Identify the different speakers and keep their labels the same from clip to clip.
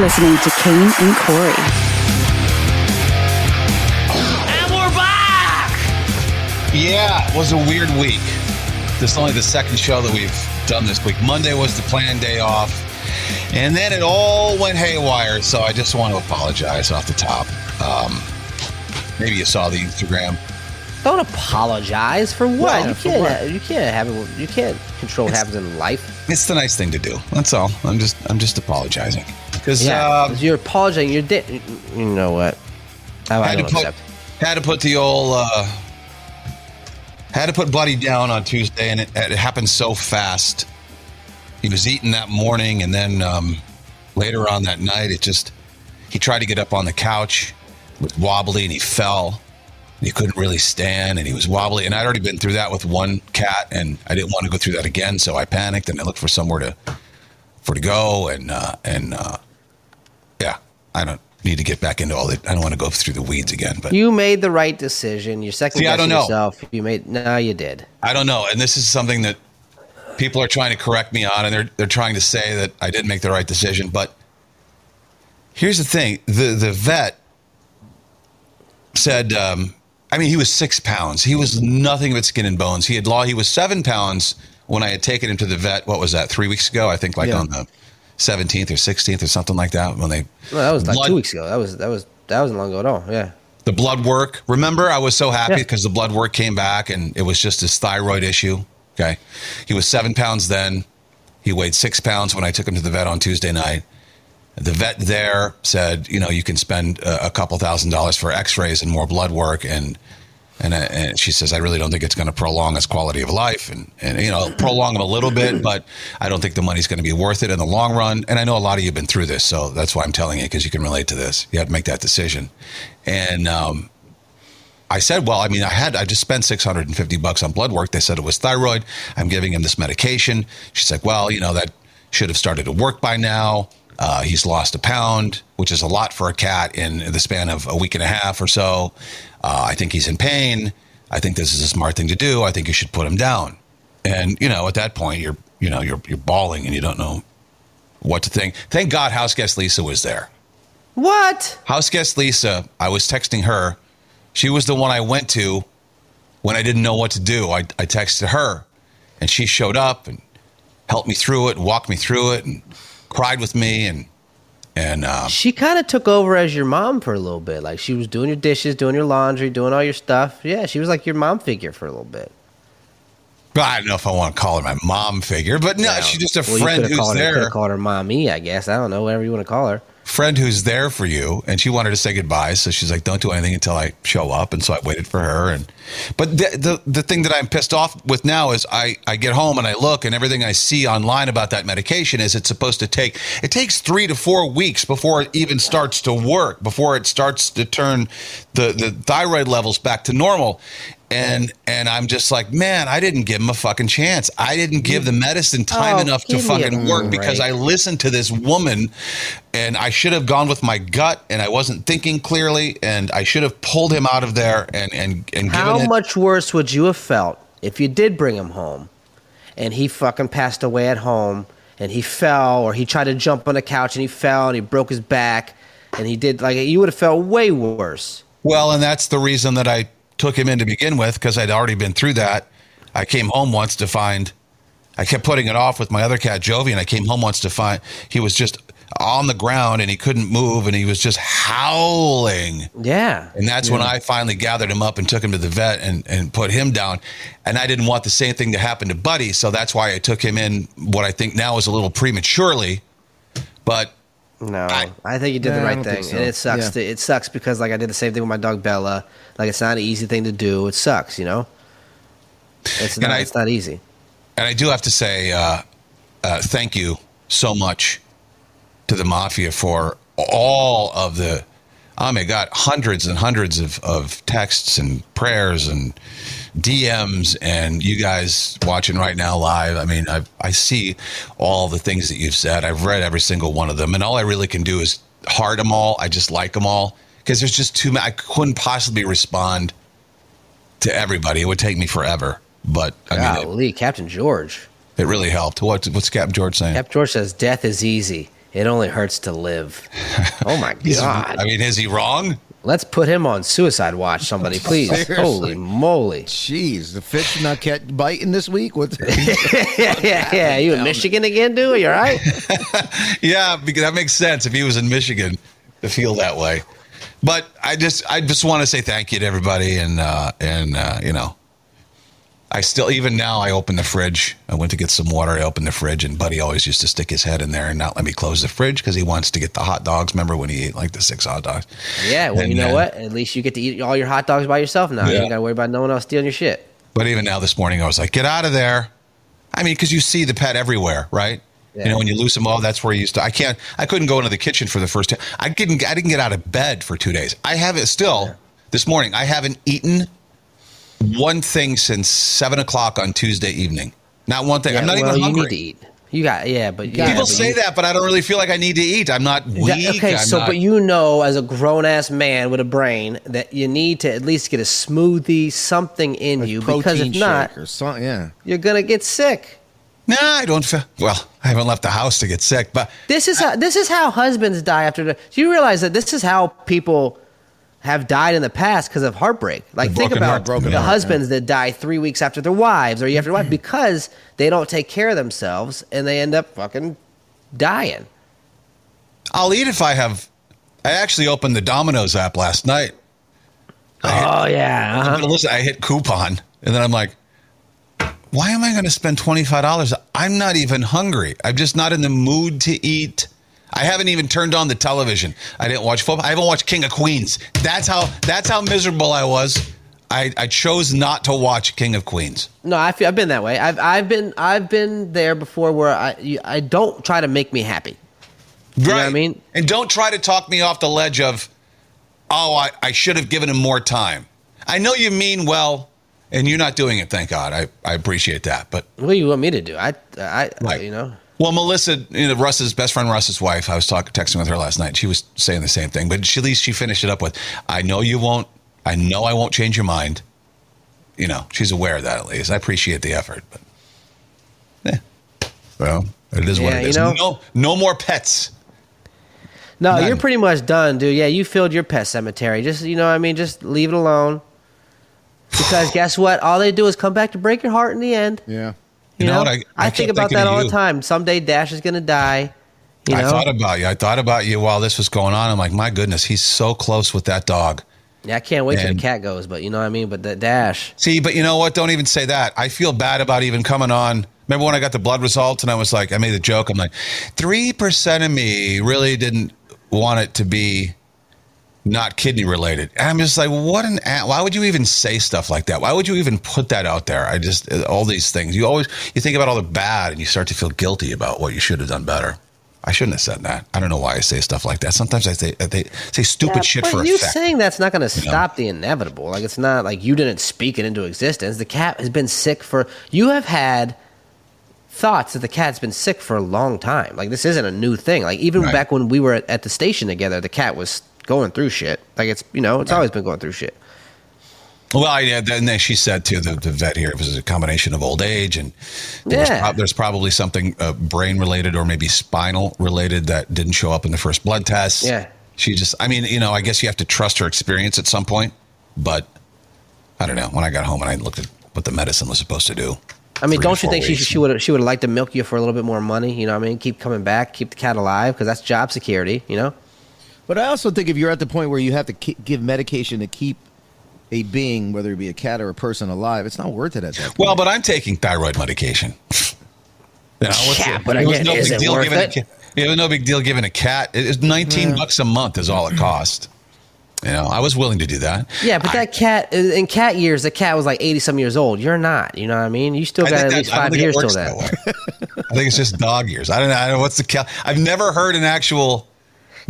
Speaker 1: listening to Kane and Corey.
Speaker 2: And we're back!
Speaker 3: Yeah, it was a weird week. This is only the second show that we've done this week. Monday was the planned day off, and then it all went haywire. So I just want to apologize off the top. Um, maybe you saw the Instagram.
Speaker 4: Don't apologize for what
Speaker 3: Well,
Speaker 4: you
Speaker 3: for
Speaker 4: can't.
Speaker 3: what?
Speaker 4: You can't have it. You can't control what happens in life.
Speaker 3: It's the nice thing to do. That's all. I'm just I'm just apologizing because
Speaker 4: Yeah,
Speaker 3: uh,
Speaker 4: 'cause you're apologizing. You're di- You know what? I,
Speaker 3: I
Speaker 4: I
Speaker 3: had to
Speaker 4: don't
Speaker 3: put
Speaker 4: accept.
Speaker 3: had to put the old uh, had to put Buddy down on Tuesday, and it, it happened so fast. He was eating that morning, and then um, later on that night, it just he tried to get up on the couch, was wobbly, and he fell. He couldn't really stand, and he was wobbly. And I'd already been through that with one cat, and I didn't want to go through that again, so I panicked and I looked for somewhere to for to go, and uh, and uh, yeah, I don't need to get back into all that. I don't want to go through the weeds again, but.
Speaker 4: You made the right decision. You're second
Speaker 3: See, I don't
Speaker 4: guessing
Speaker 3: know.
Speaker 4: yourself. You made. No, you did.
Speaker 3: I don't know. And this is something that people are trying to correct me on, and they're they're trying to say that I didn't make the right decision. But here's the thing: the the vet said, um, I mean, he was six pounds. He was nothing but skin and bones. He had law. He was seven pounds when I had taken him to the vet. What was that? Three weeks ago, I think, like
Speaker 4: Yeah.
Speaker 3: on the seventeenth or sixteenth or something like that. When they
Speaker 4: No, that was like
Speaker 3: blood-
Speaker 4: two weeks ago. That was. That was. That wasn't long ago at all. Yeah.
Speaker 3: the blood work. Remember, I was so happy
Speaker 4: Yeah.
Speaker 3: because the blood work came back and it was just his thyroid issue. Okay. He was seven pounds then. He weighed six pounds when I took him to the vet on Tuesday night. The vet there said, you know, you can spend a, a couple thousand dollars for x rays and more blood work. And, and, I- and she says, I really don't think it's going to prolong his quality of life and, and, you know, prolong him a little bit, but I don't think the money's going to be worth it in the long run. And I know a lot of you have been through this. So that's why I'm telling you, because you can relate to this. You have to make that decision. And, um, I said, well, I mean, I had, I just spent 650 bucks on blood work. They said it was thyroid. I'm giving him this medication. She's like, well, you know, that should have started to work by now. Uh, he's lost a pound, which is a lot for a cat in the span of a week and a half or so. Uh, I think he's in pain. I think this is a smart thing to do. I think you should put him down. And, you know, at that point, you're, you know, you're, you're bawling and you don't know what to think. Thank God house guest Lisa was there.
Speaker 4: What?
Speaker 3: House guest Lisa, I was texting her. She was the one I went to when I didn't know what to do. I, I texted her and she showed up and helped me through it and walked me through it and cried with me and and uh,
Speaker 4: She kind of took over as your mom for a little bit. Like she was doing your dishes, doing your laundry, doing all your stuff. Yeah, she was like your mom figure for a little bit.
Speaker 3: I don't know if I want to call her my mom figure, but no,
Speaker 4: Now,
Speaker 3: she's just a
Speaker 4: well, you
Speaker 3: friend
Speaker 4: could've
Speaker 3: who's
Speaker 4: called her-
Speaker 3: there,
Speaker 4: could've Called her mommy, I guess. I don't know. Whatever you want to call her.
Speaker 3: friend who's there for you. And she wanted to say goodbye, so she's like, "Don't do anything until I show up." And so I waited for her. And but the the, the thing that I'm pissed off with now is I I get home and I look and everything I see online about that medication is it's supposed to take it takes three to four weeks before it even starts to work before it starts to turn the the thyroid levels back to normal. And and I'm just like, man, I didn't give him a fucking chance. I didn't give the medicine time
Speaker 4: Oh,
Speaker 3: enough to
Speaker 4: give me a
Speaker 3: fucking work because I
Speaker 4: break.
Speaker 3: listened to this woman and I should have gone with my gut and I wasn't thinking clearly and I should have pulled him out of there and and and
Speaker 4: How
Speaker 3: given it
Speaker 4: much worse would you have felt if you did bring him home and he fucking passed away at home and he fell or he tried to jump on the couch and he fell and he broke his back and he did like you would have felt way worse.
Speaker 3: well and that's the reason that I took him in to begin with because I'd already been through that. I came home once to find I kept putting it off with my other cat Jovi and I came home once to find he was just on the ground and he couldn't move and he was just howling.
Speaker 4: Yeah.
Speaker 3: And that's when I finally gathered him up and took him to the vet and, and put him down. And I didn't want the same thing to happen to Buddy. So that's why I took him in what I think now is a little prematurely. But
Speaker 4: No,
Speaker 3: I-
Speaker 4: I, think you did
Speaker 5: Yeah,
Speaker 4: the
Speaker 5: I
Speaker 4: right
Speaker 5: don't
Speaker 4: thing,
Speaker 5: think so.
Speaker 4: and it sucks.
Speaker 5: Yeah.
Speaker 4: To, it sucks because like I did the same thing with my dog Bella. Like it's not an easy thing to do. It sucks, you know. It's
Speaker 3: And
Speaker 4: not.
Speaker 3: I-
Speaker 4: it's not easy.
Speaker 3: and I do have to say uh, uh, thank you so much to the mafia for all of the oh my god hundreds and hundreds of, of texts and prayers and dms and you guys watching right now live i mean I, I see all the things that you've said i've read every single one of them and all i really can do is heart them all i just like them all because there's just too many i couldn't possibly respond to everybody it would take me forever but i mean it-
Speaker 4: Golly, Captain George.
Speaker 3: it really helped. What, what's Captain George saying?
Speaker 4: Cap George says death is easy. It only hurts to live. Oh my
Speaker 3: He's-
Speaker 4: god.
Speaker 3: I mean, is he wrong?
Speaker 4: Let's put him on suicide watch, somebody, please.
Speaker 5: Seriously.
Speaker 4: Holy moly.
Speaker 5: Jeez, the fish not kept biting this week. What?
Speaker 4: yeah, yeah, yeah. You in Michigan again, dude? You all right?
Speaker 3: Yeah, because that makes sense if he was in Michigan to feel that way. But I just I just want to say thank you to everybody and uh and uh you know I still even now I open the fridge. I went to get some water, I opened the fridge and Buddy always used to stick his head in there and not let me close the fridge because he wants to get the hot dogs. Remember when he ate like the six hot dogs?
Speaker 4: Yeah, well, you
Speaker 3: And,
Speaker 4: know
Speaker 3: uh,
Speaker 4: what? At least you get to eat all your hot dogs by yourself now. You
Speaker 3: Yeah.
Speaker 4: ain't got to worry about no one else stealing your shit.
Speaker 3: But even now this morning, I was like, get out of there. I mean, because you see the pet everywhere, right?
Speaker 4: Yeah.
Speaker 3: You know, when you lose them all, that's where you used to. I can't, I couldn't go into the kitchen for the first time. I didn't, I didn't get out of bed for two days. I haven't still this morning. I haven't eaten one thing since seven o'clock on Tuesday evening. Not one thing.
Speaker 4: Yeah,
Speaker 3: I'm not
Speaker 4: well,
Speaker 3: even
Speaker 4: you
Speaker 3: hungry.
Speaker 4: need to eat. You got, yeah, but you
Speaker 3: People
Speaker 4: but
Speaker 3: say
Speaker 4: you-
Speaker 3: that, but I don't really feel like I need to eat. I'm not weak.
Speaker 4: That- okay,
Speaker 3: I'm
Speaker 4: so
Speaker 3: not-
Speaker 4: but you know, as a grown ass man with a brain, that you need to at least get a smoothie, something in you, because if
Speaker 5: Protein
Speaker 4: not,
Speaker 5: shake or something. Yeah.
Speaker 4: you're gonna get sick.
Speaker 3: Nah, I don't feel. Well, I haven't left the house to get sick, but
Speaker 4: This is how this is how husbands die after. The, do you realize that this is how people have died in the past because of heartbreak? Like
Speaker 3: The
Speaker 4: think
Speaker 3: broken
Speaker 4: about
Speaker 3: heart, broken
Speaker 4: the
Speaker 3: heart,
Speaker 4: husbands that die three weeks after their wives or after their wife because they don't take care of themselves and they end up fucking dying.
Speaker 3: I'll eat if I have. I actually opened the Domino's app last night.
Speaker 4: Oh yeah,
Speaker 3: I'm gonna listen. I hit coupon, and then I'm like, why am I going to spend twenty five dollars? I'm not even hungry. I'm just not in the mood to eat. I haven't even turned on the television. I didn't watch football. I haven't watched King of Queens. That's how. That's how miserable I was. I, I chose not to watch King of Queens.
Speaker 4: No, I feel, I've been that way. I've I've been I've been there before where I you- I don't try to make me happy.
Speaker 3: Right.
Speaker 4: know what I mean?
Speaker 3: And don't try to talk me off the ledge of, oh, I, I should have given him more time. I know you mean well, and you're not doing it. Thank God. I, I appreciate that. But
Speaker 4: What do you want me to do? I I
Speaker 3: Right.
Speaker 4: you know.
Speaker 3: Well, Melissa, you know, Russ's best friend, Russ's wife, I was talking, texting with her last night. She was saying the same thing, but she, at least she finished it up with, I know you won't, I know I won't change your mind. You know, she's aware of that at least. I appreciate the effort, but yeah. Well, it is what
Speaker 4: Yeah,
Speaker 3: it
Speaker 4: you
Speaker 3: is.
Speaker 4: know-
Speaker 3: no, no more pets.
Speaker 4: No,
Speaker 3: None.
Speaker 4: you're pretty much done, dude. Yeah, you filled your pet cemetery. Just you know what I mean, just leave it alone. Because guess what? All they do is come back to break your heart in the end.
Speaker 5: Yeah.
Speaker 3: You
Speaker 4: You,
Speaker 3: know
Speaker 4: know,
Speaker 3: what? I-
Speaker 4: I,
Speaker 3: I
Speaker 4: think
Speaker 3: kept
Speaker 4: about
Speaker 3: thinking
Speaker 4: that
Speaker 3: of
Speaker 4: all the
Speaker 3: you.
Speaker 4: time. Someday Dash is gonna die. You know?
Speaker 3: I thought about you. I thought about you while this was going on. I'm like, my goodness, he's so close with that dog.
Speaker 4: yeah, I can't wait till the
Speaker 3: And-
Speaker 4: cat goes, but you know what I mean. But that Dash,
Speaker 3: See, but you know what? Don't even say that. I feel bad about even coming on. Remember when I got the blood results and I was like, I made the joke. I'm like, 3% of me really didn't want it to be not kidney related. And I'm just like, what an a Why would you even say stuff like that? Why would you even put that out there? I just, all these things. You always, you think about all the bad and you start to feel guilty about what you should have done better. I shouldn't have said that. I don't know why I say stuff like that. Sometimes I say, I they say stupid shit
Speaker 4: but
Speaker 3: for
Speaker 4: you
Speaker 3: effect.
Speaker 4: saying that's not gonna
Speaker 3: know?
Speaker 4: stop the inevitable. Like it's not like you didn't speak it into existence. The cat has been sick for. You have had thoughts that the cat's been sick for a long time. Like this isn't a new thing. Like even
Speaker 3: Right.
Speaker 4: back when we were at, at the station together, the cat was going through shit. Like it's you know it's always been going through shit.
Speaker 3: Well, yeah, then then she said too, the, the vet here it was a combination of old age and there was
Speaker 4: Yeah.
Speaker 3: prob- there's probably something uh, brain related or maybe spinal related that didn't show up in the first blood test.
Speaker 4: Yeah.
Speaker 3: She just, I mean, you know, I guess you have to trust her experience at some point, but I don't know. When I got home and I looked at what the medicine was supposed to do,
Speaker 4: I mean,
Speaker 3: Three,
Speaker 4: don't you
Speaker 3: four
Speaker 4: think she
Speaker 3: weeks.
Speaker 4: she would she would have liked to milk you for a little bit more money? You know, what I mean, keep coming back, keep the cat alive because that's job security. You know,
Speaker 5: But I also think if you're at the point where you have to ki- give medication to keep a being, whether it be a cat or a person, alive, it's not worth it at that point.
Speaker 3: Well, but I'm taking thyroid medication. You know, what's
Speaker 4: Yeah,
Speaker 3: the-
Speaker 4: but
Speaker 3: it was
Speaker 4: again,
Speaker 3: no
Speaker 4: is
Speaker 3: big
Speaker 4: it
Speaker 3: deal
Speaker 4: worth
Speaker 3: giving
Speaker 4: it?
Speaker 3: A, ca- it was no big deal giving a cat. It is 19 bucks a month is all it cost. You know, I was willing to do that.
Speaker 4: yeah, but that cat in cat years, the cat was like eighty some years old. You're not. You know what I mean? You still
Speaker 3: I
Speaker 4: got
Speaker 3: think
Speaker 4: at
Speaker 3: that-
Speaker 4: least
Speaker 3: I don't
Speaker 4: five
Speaker 3: think it
Speaker 4: years till
Speaker 3: works
Speaker 4: that.
Speaker 3: that way. I think it's just dog years. I don't know. I don't know what's the cal- I've never heard an actual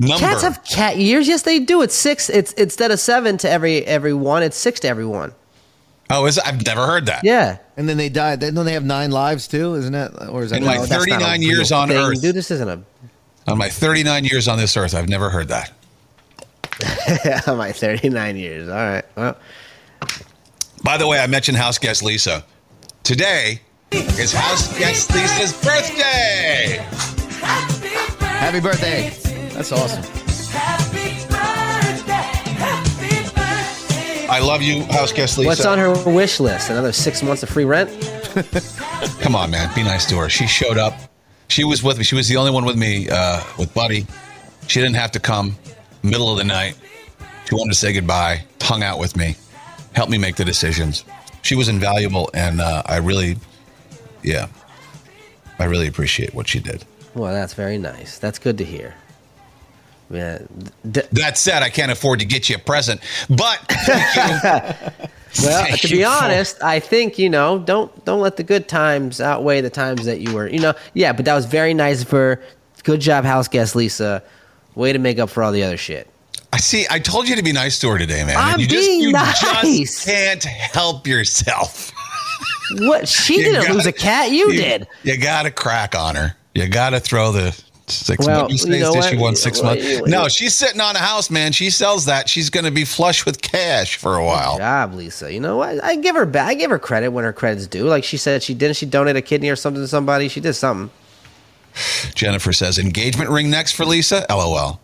Speaker 3: number.
Speaker 4: Cats have cat years. Yes, they do. It's six. It's instead of seven to every every one, it's six to every one.
Speaker 3: oh, is I've never heard that.
Speaker 4: Yeah.
Speaker 5: and then they die. Then don't they have nine lives too, isn't that? Or is that
Speaker 3: In my
Speaker 5: no, Oh, that's-
Speaker 3: 39 years on
Speaker 4: Thing,
Speaker 3: Earth,
Speaker 4: dude, this isn't a
Speaker 3: on my 39 years on this earth, I've never heard that.
Speaker 4: my 39 years. All right. Well,
Speaker 3: By the way, I mentioned house guest Lisa. Today is house guest Lisa's birthday.
Speaker 5: Happy birthday. That's awesome.
Speaker 3: I love you, house guest Lisa.
Speaker 4: What's on her wish list? Another six months of free rent?
Speaker 3: Come on, man. Be nice to her. She showed up. She was with me. She was the only one with me, uh, with Buddy. She didn't have to come. Middle of the night. She wanted to say goodbye, hung out with me, helped me make the decisions. She was invaluable, and uh, I really, yeah, I really appreciate what she did.
Speaker 4: Well, that's very nice. That's good to hear. Yeah. D-
Speaker 3: That said, I can't afford to get you a present, but thank you.
Speaker 4: well,
Speaker 3: Thank
Speaker 4: to
Speaker 3: you
Speaker 4: be
Speaker 3: for-
Speaker 4: honest, I think you know. Don't don't let the good times outweigh the times that you were. You know. Yeah, but that was very nice of her. Good job, house guest Lisa. Way to make up for all the other shit.
Speaker 3: I see. I told you to be nice to her today, man.
Speaker 4: I'm
Speaker 3: you
Speaker 4: being
Speaker 3: you
Speaker 4: nice.
Speaker 3: just can't help yourself.
Speaker 4: What she
Speaker 3: You
Speaker 4: didn't
Speaker 3: gotta-
Speaker 4: lose a cat. You, did.
Speaker 3: You got to crack on her. You got to throw the six
Speaker 4: Well,
Speaker 3: months. You
Speaker 4: you
Speaker 3: say
Speaker 4: know
Speaker 3: did
Speaker 4: what?
Speaker 3: she won
Speaker 4: You-
Speaker 3: six
Speaker 4: well,
Speaker 3: months?
Speaker 4: you-
Speaker 3: no,
Speaker 4: you-
Speaker 3: she's sitting on a house, man. She sells that. She's going to be flush with cash for a while.
Speaker 4: Good job, Lisa. You know what? I give her back. I give her credit when her credit's due. Like she said, she didn't. She donate a kidney or something to somebody. She did something.
Speaker 3: Jennifer says, engagement ring next for Lisa? LOL.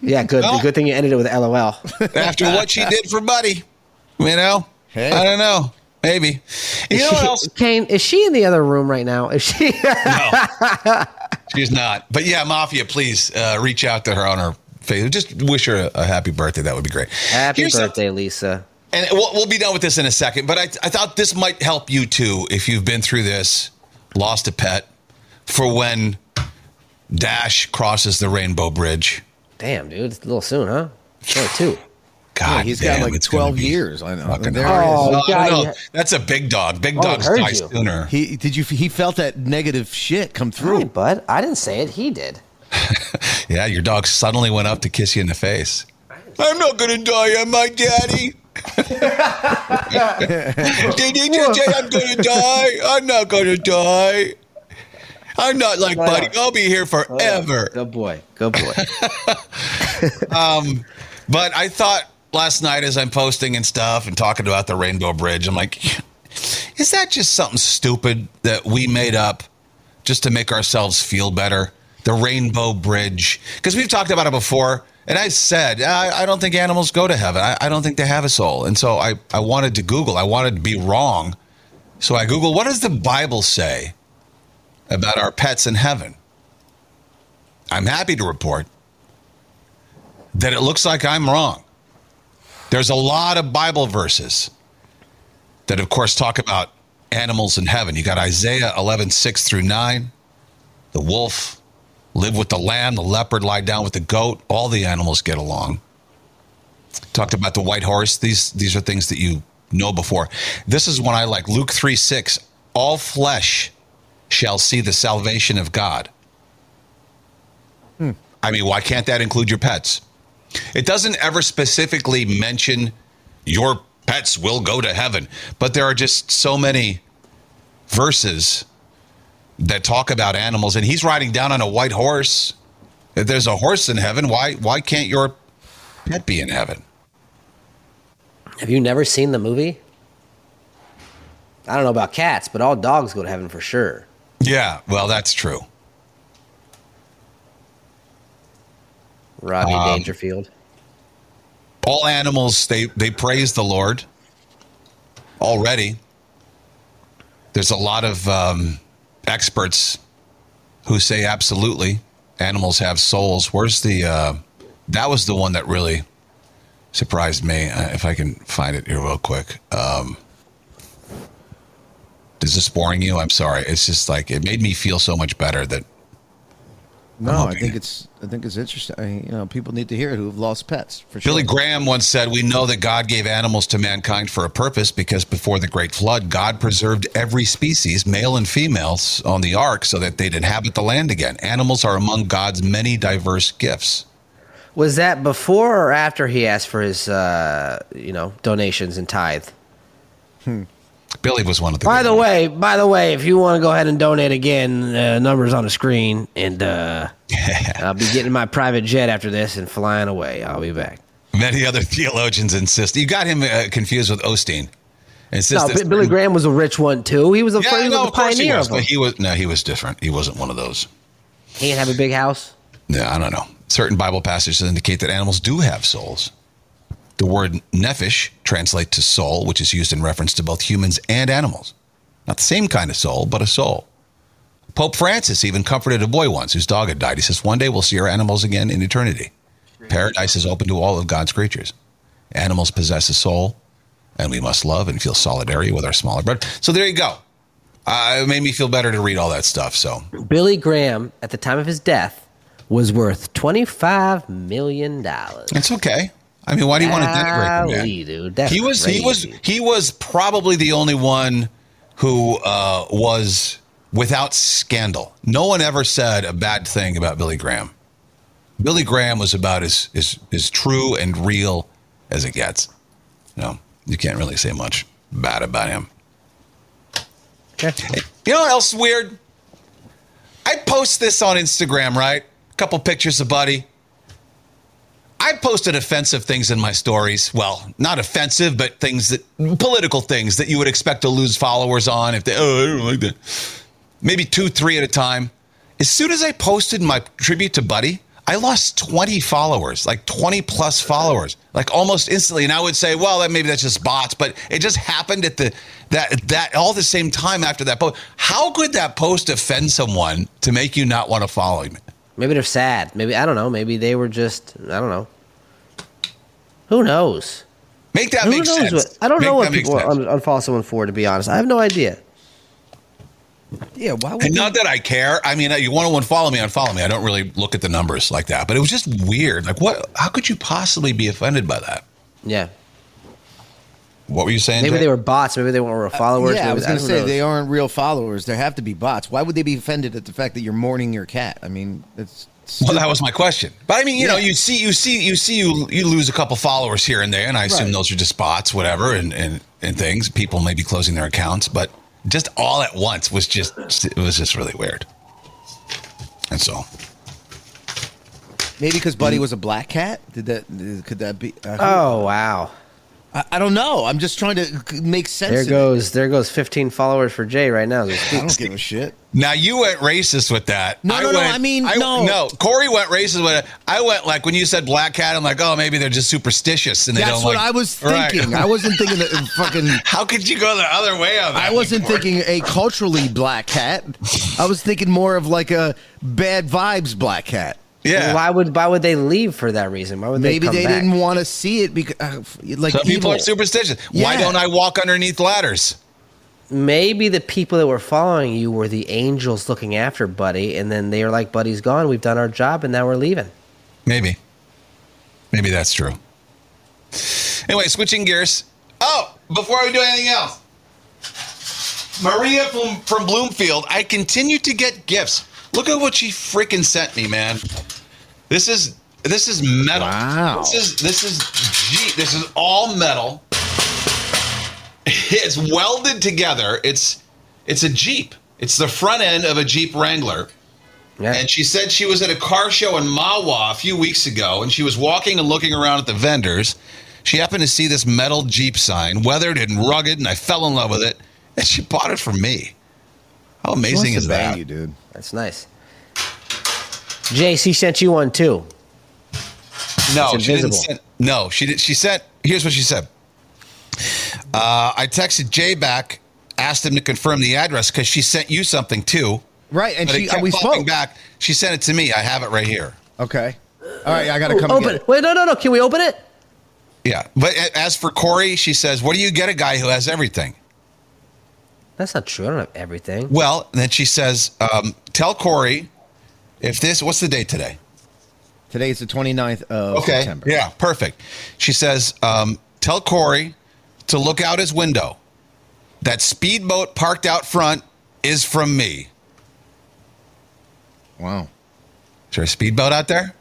Speaker 4: Yeah, good.
Speaker 3: Well-
Speaker 4: good thing you ended it with LOL.
Speaker 3: After what she did for Buddy, you know?
Speaker 5: Hey.
Speaker 3: I don't know. Maybe. You know what else?
Speaker 4: Kane, is she in the other room right now? Is she?
Speaker 3: She's not. But yeah, Mafia, please uh, reach out to her on her Facebook. Just wish her a, a happy birthday. That would be great.
Speaker 4: Happy
Speaker 3: Here's the-
Speaker 4: birthday, Lisa.
Speaker 3: and we'll, we'll be done with this in a second. But I, I thought this might help you too if you've been through this, lost a pet, for when Dash crosses the Rainbow Bridge.
Speaker 4: Damn, dude, it's a little soon, huh? Only two.
Speaker 3: God,
Speaker 5: Yeah, he's
Speaker 3: Ah, damn,
Speaker 5: got like
Speaker 3: it's gonna
Speaker 5: 12
Speaker 3: be
Speaker 5: years. I know.
Speaker 3: fucking
Speaker 5: There
Speaker 3: hard.
Speaker 5: it is.
Speaker 4: Oh,
Speaker 3: No, I don't
Speaker 4: God,
Speaker 3: know.
Speaker 4: you-
Speaker 3: That's a big dog. Big
Speaker 4: Oh, I
Speaker 3: dogs
Speaker 4: heard
Speaker 3: die
Speaker 4: you.
Speaker 3: sooner.
Speaker 5: He did you? He felt that negative shit come
Speaker 4: All
Speaker 5: through.
Speaker 3: Oh,
Speaker 4: right, bud. I didn't say it. He did.
Speaker 3: Yeah, your dog suddenly went up to kiss you in the face. I'm not gonna die, am I, Daddy? Did he just say I'm gonna die? I'm not gonna die. I'm not like
Speaker 4: Wow.
Speaker 3: Buddy. I'll be here forever.
Speaker 4: Good boy. Good boy.
Speaker 3: But I thought last night as I'm posting and stuff and talking about the Rainbow Bridge, I'm like, is that just something stupid that we made up just to make ourselves feel better? The Rainbow Bridge. Because we've talked about it before. And I said, I, I don't think animals go to heaven. I, I don't think they have a soul. And so I, I wanted to Google, I wanted to be wrong. So I Googled, what does the Bible say about our pets in heaven? I'm happy to report that it looks like I'm wrong. There's a lot of Bible verses that, of course, talk about animals in heaven. You got Isaiah 11, 6 through 9, the wolf, live with the lamb, the leopard, lie down with the goat. All the animals get along. Talked about the white horse. These, these are things that you know before. This is one I like Luke 3, 6. All flesh shall see the salvation of God. I mean, why can't that include your pets? It doesn't ever specifically mention your pets will go to heaven, but there are just so many verses that talk about animals and he's riding down on a white horse. If there's a horse in heaven, why why can't your pet be in heaven?
Speaker 4: Have you never seen the movie? I don't know about cats, but all dogs go to heaven for sure.
Speaker 3: Yeah, well, that's true.
Speaker 4: Robbie Dangerfield.
Speaker 3: All animals they they praise the Lord already. There's a lot of um, experts who say absolutely animals have souls. Where's the? Uh, that was the one that really surprised me. Uh, if I can find it here real quick. Um, is this boring you? I'm sorry. It's just like it made me feel so much better that
Speaker 5: No, I
Speaker 3: hoping.
Speaker 5: think it's I think it's interesting. I, you know, people need to hear it who've lost pets for sure.
Speaker 3: Billy Graham once said, We know that God gave animals to mankind for a purpose because before the great flood, God preserved every species, male and females, on the ark so that they'd inhabit the land again. Animals are among God's many diverse gifts.
Speaker 4: Was that before or after he asked for his, uh, you know, donations and tithe?
Speaker 3: Billy was one of the.
Speaker 4: By
Speaker 3: good
Speaker 4: the
Speaker 3: ones.
Speaker 4: way, by the way, if you want to go ahead and donate again, uh, numbers on the screen, and uh, I'll be getting my private jet after this and flying away. I'll be back.
Speaker 3: many other theologians insist. You got him uh, confused with Osteen. Insist
Speaker 4: No,
Speaker 3: that-
Speaker 4: B- Billy Graham was a rich one too. He was a he was
Speaker 3: no,
Speaker 4: the
Speaker 3: course he
Speaker 4: pioneer
Speaker 3: was,
Speaker 4: of them.
Speaker 3: but
Speaker 4: He,
Speaker 3: he was no, he was different. He wasn't one of those.
Speaker 4: didn't have a big house.
Speaker 3: Yeah, I don't know. Certain Bible passages indicate that animals do have souls. The word nephesh translates to soul, which is used in reference to both humans and animals. Not the same kind of soul, but a soul. Pope Francis even comforted a boy once whose dog had died. He says, One day we'll see our animals again in eternity. Paradise is open to all of God's creatures. Animals possess a soul, and we must love and feel solidarity with our smaller brethren. So there you go. Uh, it made me feel better to read all that stuff. So
Speaker 4: Billy Graham, at the time of his death, was worth $25 million.
Speaker 3: it's okay. I mean, why do you want to denigrate the man?
Speaker 4: Golly, dude, that's
Speaker 3: he was he was
Speaker 4: crazy.
Speaker 3: he was probably the only one who uh, was without scandal. No one ever said a bad thing about Billy Graham. Billy Graham was about as as, as true and real as it gets. You know, you can't really say much bad about him. You know what else is weird? I post this on Instagram, right? couple pictures of Buddy. I posted offensive things in my stories. Well, not offensive, but things that political things that you would expect to lose followers on if they oh I don't like that. Maybe two, three at a time. As soon as I posted my tribute to Buddy, I lost 20 followers, like 20 plus followers, like almost instantly. And I would say, well, that maybe that's just bots, but it just happened at the that that all the same time after that post. How could that post offend someone to make you not want to follow him?
Speaker 4: Maybe they're sad. Maybe, I don't know. Maybe they were just, I don't know. Who knows?
Speaker 3: Make that
Speaker 4: Who
Speaker 3: make
Speaker 4: knows
Speaker 3: sense.
Speaker 4: what? I don't
Speaker 3: Make
Speaker 4: know
Speaker 3: that
Speaker 4: what
Speaker 3: make
Speaker 4: people
Speaker 3: sense.
Speaker 4: un- unfollow someone for, to be honest. I have no idea.
Speaker 5: Yeah, why would
Speaker 3: And
Speaker 5: you-
Speaker 3: not that I care. I mean, you want to unfollow me, unfollow me. I don't really look at the numbers like that. But it was just weird. Like, what? How could you possibly be offended by that?
Speaker 4: Yeah.
Speaker 3: What were you saying?
Speaker 4: Maybe
Speaker 3: Jay?
Speaker 4: they were bots. Maybe they weren't real followers.
Speaker 5: Uh, Yeah, I
Speaker 4: Maybe-
Speaker 5: was going to
Speaker 4: who
Speaker 5: say
Speaker 4: knows?
Speaker 5: they aren't real followers. There have to be bots. Why would they be offended at the fact that you're mourning your cat? I mean, it's
Speaker 3: Well, that was my question. But I mean, you know,
Speaker 5: Yeah.
Speaker 3: you see, you see, you see, you you lose a couple followers here and there, and I assume
Speaker 5: Right.
Speaker 3: those are just bots, whatever, and and and things. People may be closing their accounts, but just all at once was just it was just really weird. And so,
Speaker 5: maybe because Buddy was a black cat. Did that? Could that be? Uh,
Speaker 4: Oh, wow.
Speaker 5: I, I don't know. I'm just trying to c- make sense.
Speaker 4: There
Speaker 5: of it.
Speaker 4: goes there goes 15 followers for Jay right now. as we
Speaker 5: I
Speaker 4: speak.
Speaker 5: don't give a shit.
Speaker 3: Now you went racist with that.
Speaker 5: No, no, no,
Speaker 3: went-
Speaker 5: I mean, no.
Speaker 3: no. Corey went racist with it. I went like when you said black cat. I'm like, oh, maybe they're just superstitious and they
Speaker 5: That's
Speaker 3: don't
Speaker 5: what
Speaker 3: like-
Speaker 5: I was
Speaker 3: Right.
Speaker 5: thinking. I wasn't thinking that it fucking.
Speaker 3: How could you go the other way on that?
Speaker 5: I wasn't
Speaker 3: Corey?
Speaker 5: thinking a culturally black cat. I was thinking more of like a bad vibes black cat.
Speaker 3: Yeah.
Speaker 4: Why would why would they leave for that reason? Why would
Speaker 5: Maybe
Speaker 4: they come
Speaker 5: they
Speaker 4: back?
Speaker 5: didn't want to see it because, uh, f- like,
Speaker 3: Some people
Speaker 5: evil.
Speaker 3: are superstitious. Why
Speaker 5: Yeah.
Speaker 3: don't I walk underneath ladders?
Speaker 4: Maybe the people that were following you were the angels looking after Buddy, and then they were like, "Buddy's gone. We've done our job, and now we're leaving."
Speaker 3: Maybe. Maybe that's true. Anyway, switching gears. Oh, before we do anything else, Maria from, from Bloomfield, I continue to get gifts. Look at what she freaking sent me, man. This is this is metal.
Speaker 5: Wow.
Speaker 3: This is this is G this is all metal. It's welded together. It's it's a Jeep. It's the front end of a Jeep Wrangler.
Speaker 4: Yeah.
Speaker 3: And she said she was at a car show in Mawa a few weeks ago, and she was walking and looking around at the vendors. She happened to see this metal Jeep sign, weathered and rugged, and I fell in love with it. And she bought it for me. How
Speaker 5: Who wants
Speaker 3: amazing
Speaker 5: to
Speaker 3: is
Speaker 5: bang
Speaker 3: that?
Speaker 5: you, dude?
Speaker 4: That's nice. JC sent you one too.
Speaker 3: No,
Speaker 4: It's
Speaker 3: she didn't.
Speaker 4: invisible.
Speaker 3: Send, no, she did. She said, "Here's what she said." Uh, I texted Jay back, asked him to confirm the address because she sent you something too.
Speaker 5: Right, and
Speaker 3: but
Speaker 5: she
Speaker 3: it
Speaker 5: uh,
Speaker 3: kept
Speaker 5: we
Speaker 3: popping
Speaker 5: spoke.
Speaker 3: back. She sent it to me. I have it right here.
Speaker 5: Okay. All right, I gotta come.
Speaker 4: open
Speaker 5: get
Speaker 4: it. Wait, no, no, no. Can we open it?
Speaker 3: Yeah, but a- as for Corey, she says, "What do you get a guy who has everything?"
Speaker 4: That's not true. I don't have everything.
Speaker 3: Well, then she says, um, "Tell Corey if this. What's the date today?"
Speaker 5: Today is the 29th of September.
Speaker 3: Yeah, perfect. She says, um, "Tell Corey to look out his window. That speedboat parked out front is from me.
Speaker 5: Wow.
Speaker 3: Is there a speedboat out there?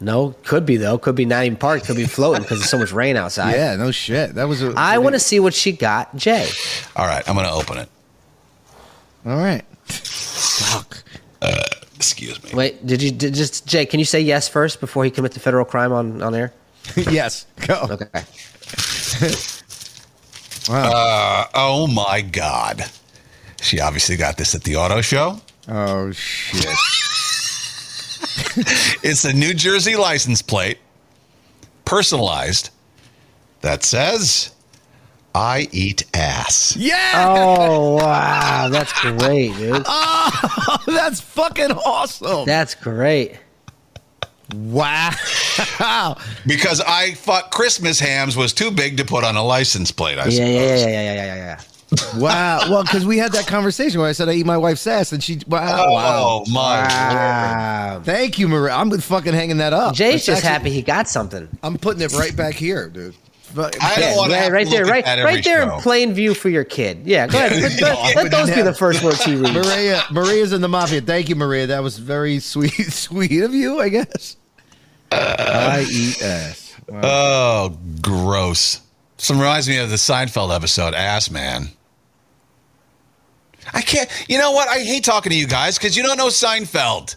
Speaker 4: No, could be though. Could be not even parked. Could be floating because there's so much rain outside.
Speaker 5: Yeah, no shit. That was a
Speaker 4: I want to see what she got, Jay.
Speaker 3: All right, I'm gonna open it.
Speaker 5: All right. Fuck.
Speaker 3: Excuse me.
Speaker 4: Wait, did you did, just Jay? Can you say yes first before he commits the federal crime on on air?
Speaker 5: yes. Go.
Speaker 4: Okay.
Speaker 5: Wow.
Speaker 3: Uh, oh my God! She obviously got this at the auto show.
Speaker 5: oh shit.
Speaker 3: it's a New Jersey license plate, personalized, that says, I eat ass.
Speaker 5: Yeah,
Speaker 4: Oh wow, that's great, dude.
Speaker 5: that's fucking awesome.
Speaker 4: That's great.
Speaker 5: wow.
Speaker 3: Because I thought Christmas hams was too big to put on a license plate. I
Speaker 4: Yeah,
Speaker 3: suppose.
Speaker 4: yeah, yeah, yeah, yeah, yeah, yeah, yeah.
Speaker 5: Wow. Well, because we had that conversation where I said I eat my wife's ass, and she. Wow.
Speaker 3: Oh, my.
Speaker 4: Wow.
Speaker 5: Thank you, Maria. I'm fucking hanging that up. That's
Speaker 4: Jay's just
Speaker 5: Ah. actually-
Speaker 4: happy he got something.
Speaker 5: I'm putting it right back here, dude. Fuck-
Speaker 3: I don't want to
Speaker 4: Right,
Speaker 3: have
Speaker 4: right
Speaker 3: to
Speaker 4: there,
Speaker 3: look at
Speaker 4: right,
Speaker 3: that every
Speaker 4: right there
Speaker 3: show.
Speaker 4: in plain view for your kid. Yeah, go ahead. Let,
Speaker 3: Yeah,
Speaker 4: let- let
Speaker 3: I
Speaker 4: those be
Speaker 5: have-
Speaker 4: the first words he reads.
Speaker 5: Maria, Maria's in the mafia. Thank you, Maria. That was very sweet, sweet of you, I guess. Uh, I E eat ass.
Speaker 3: Oh, gross. This reminds me of the Seinfeld episode, Ass Man. I can't, you know what? I hate talking to you guys because you don't know Seinfeld.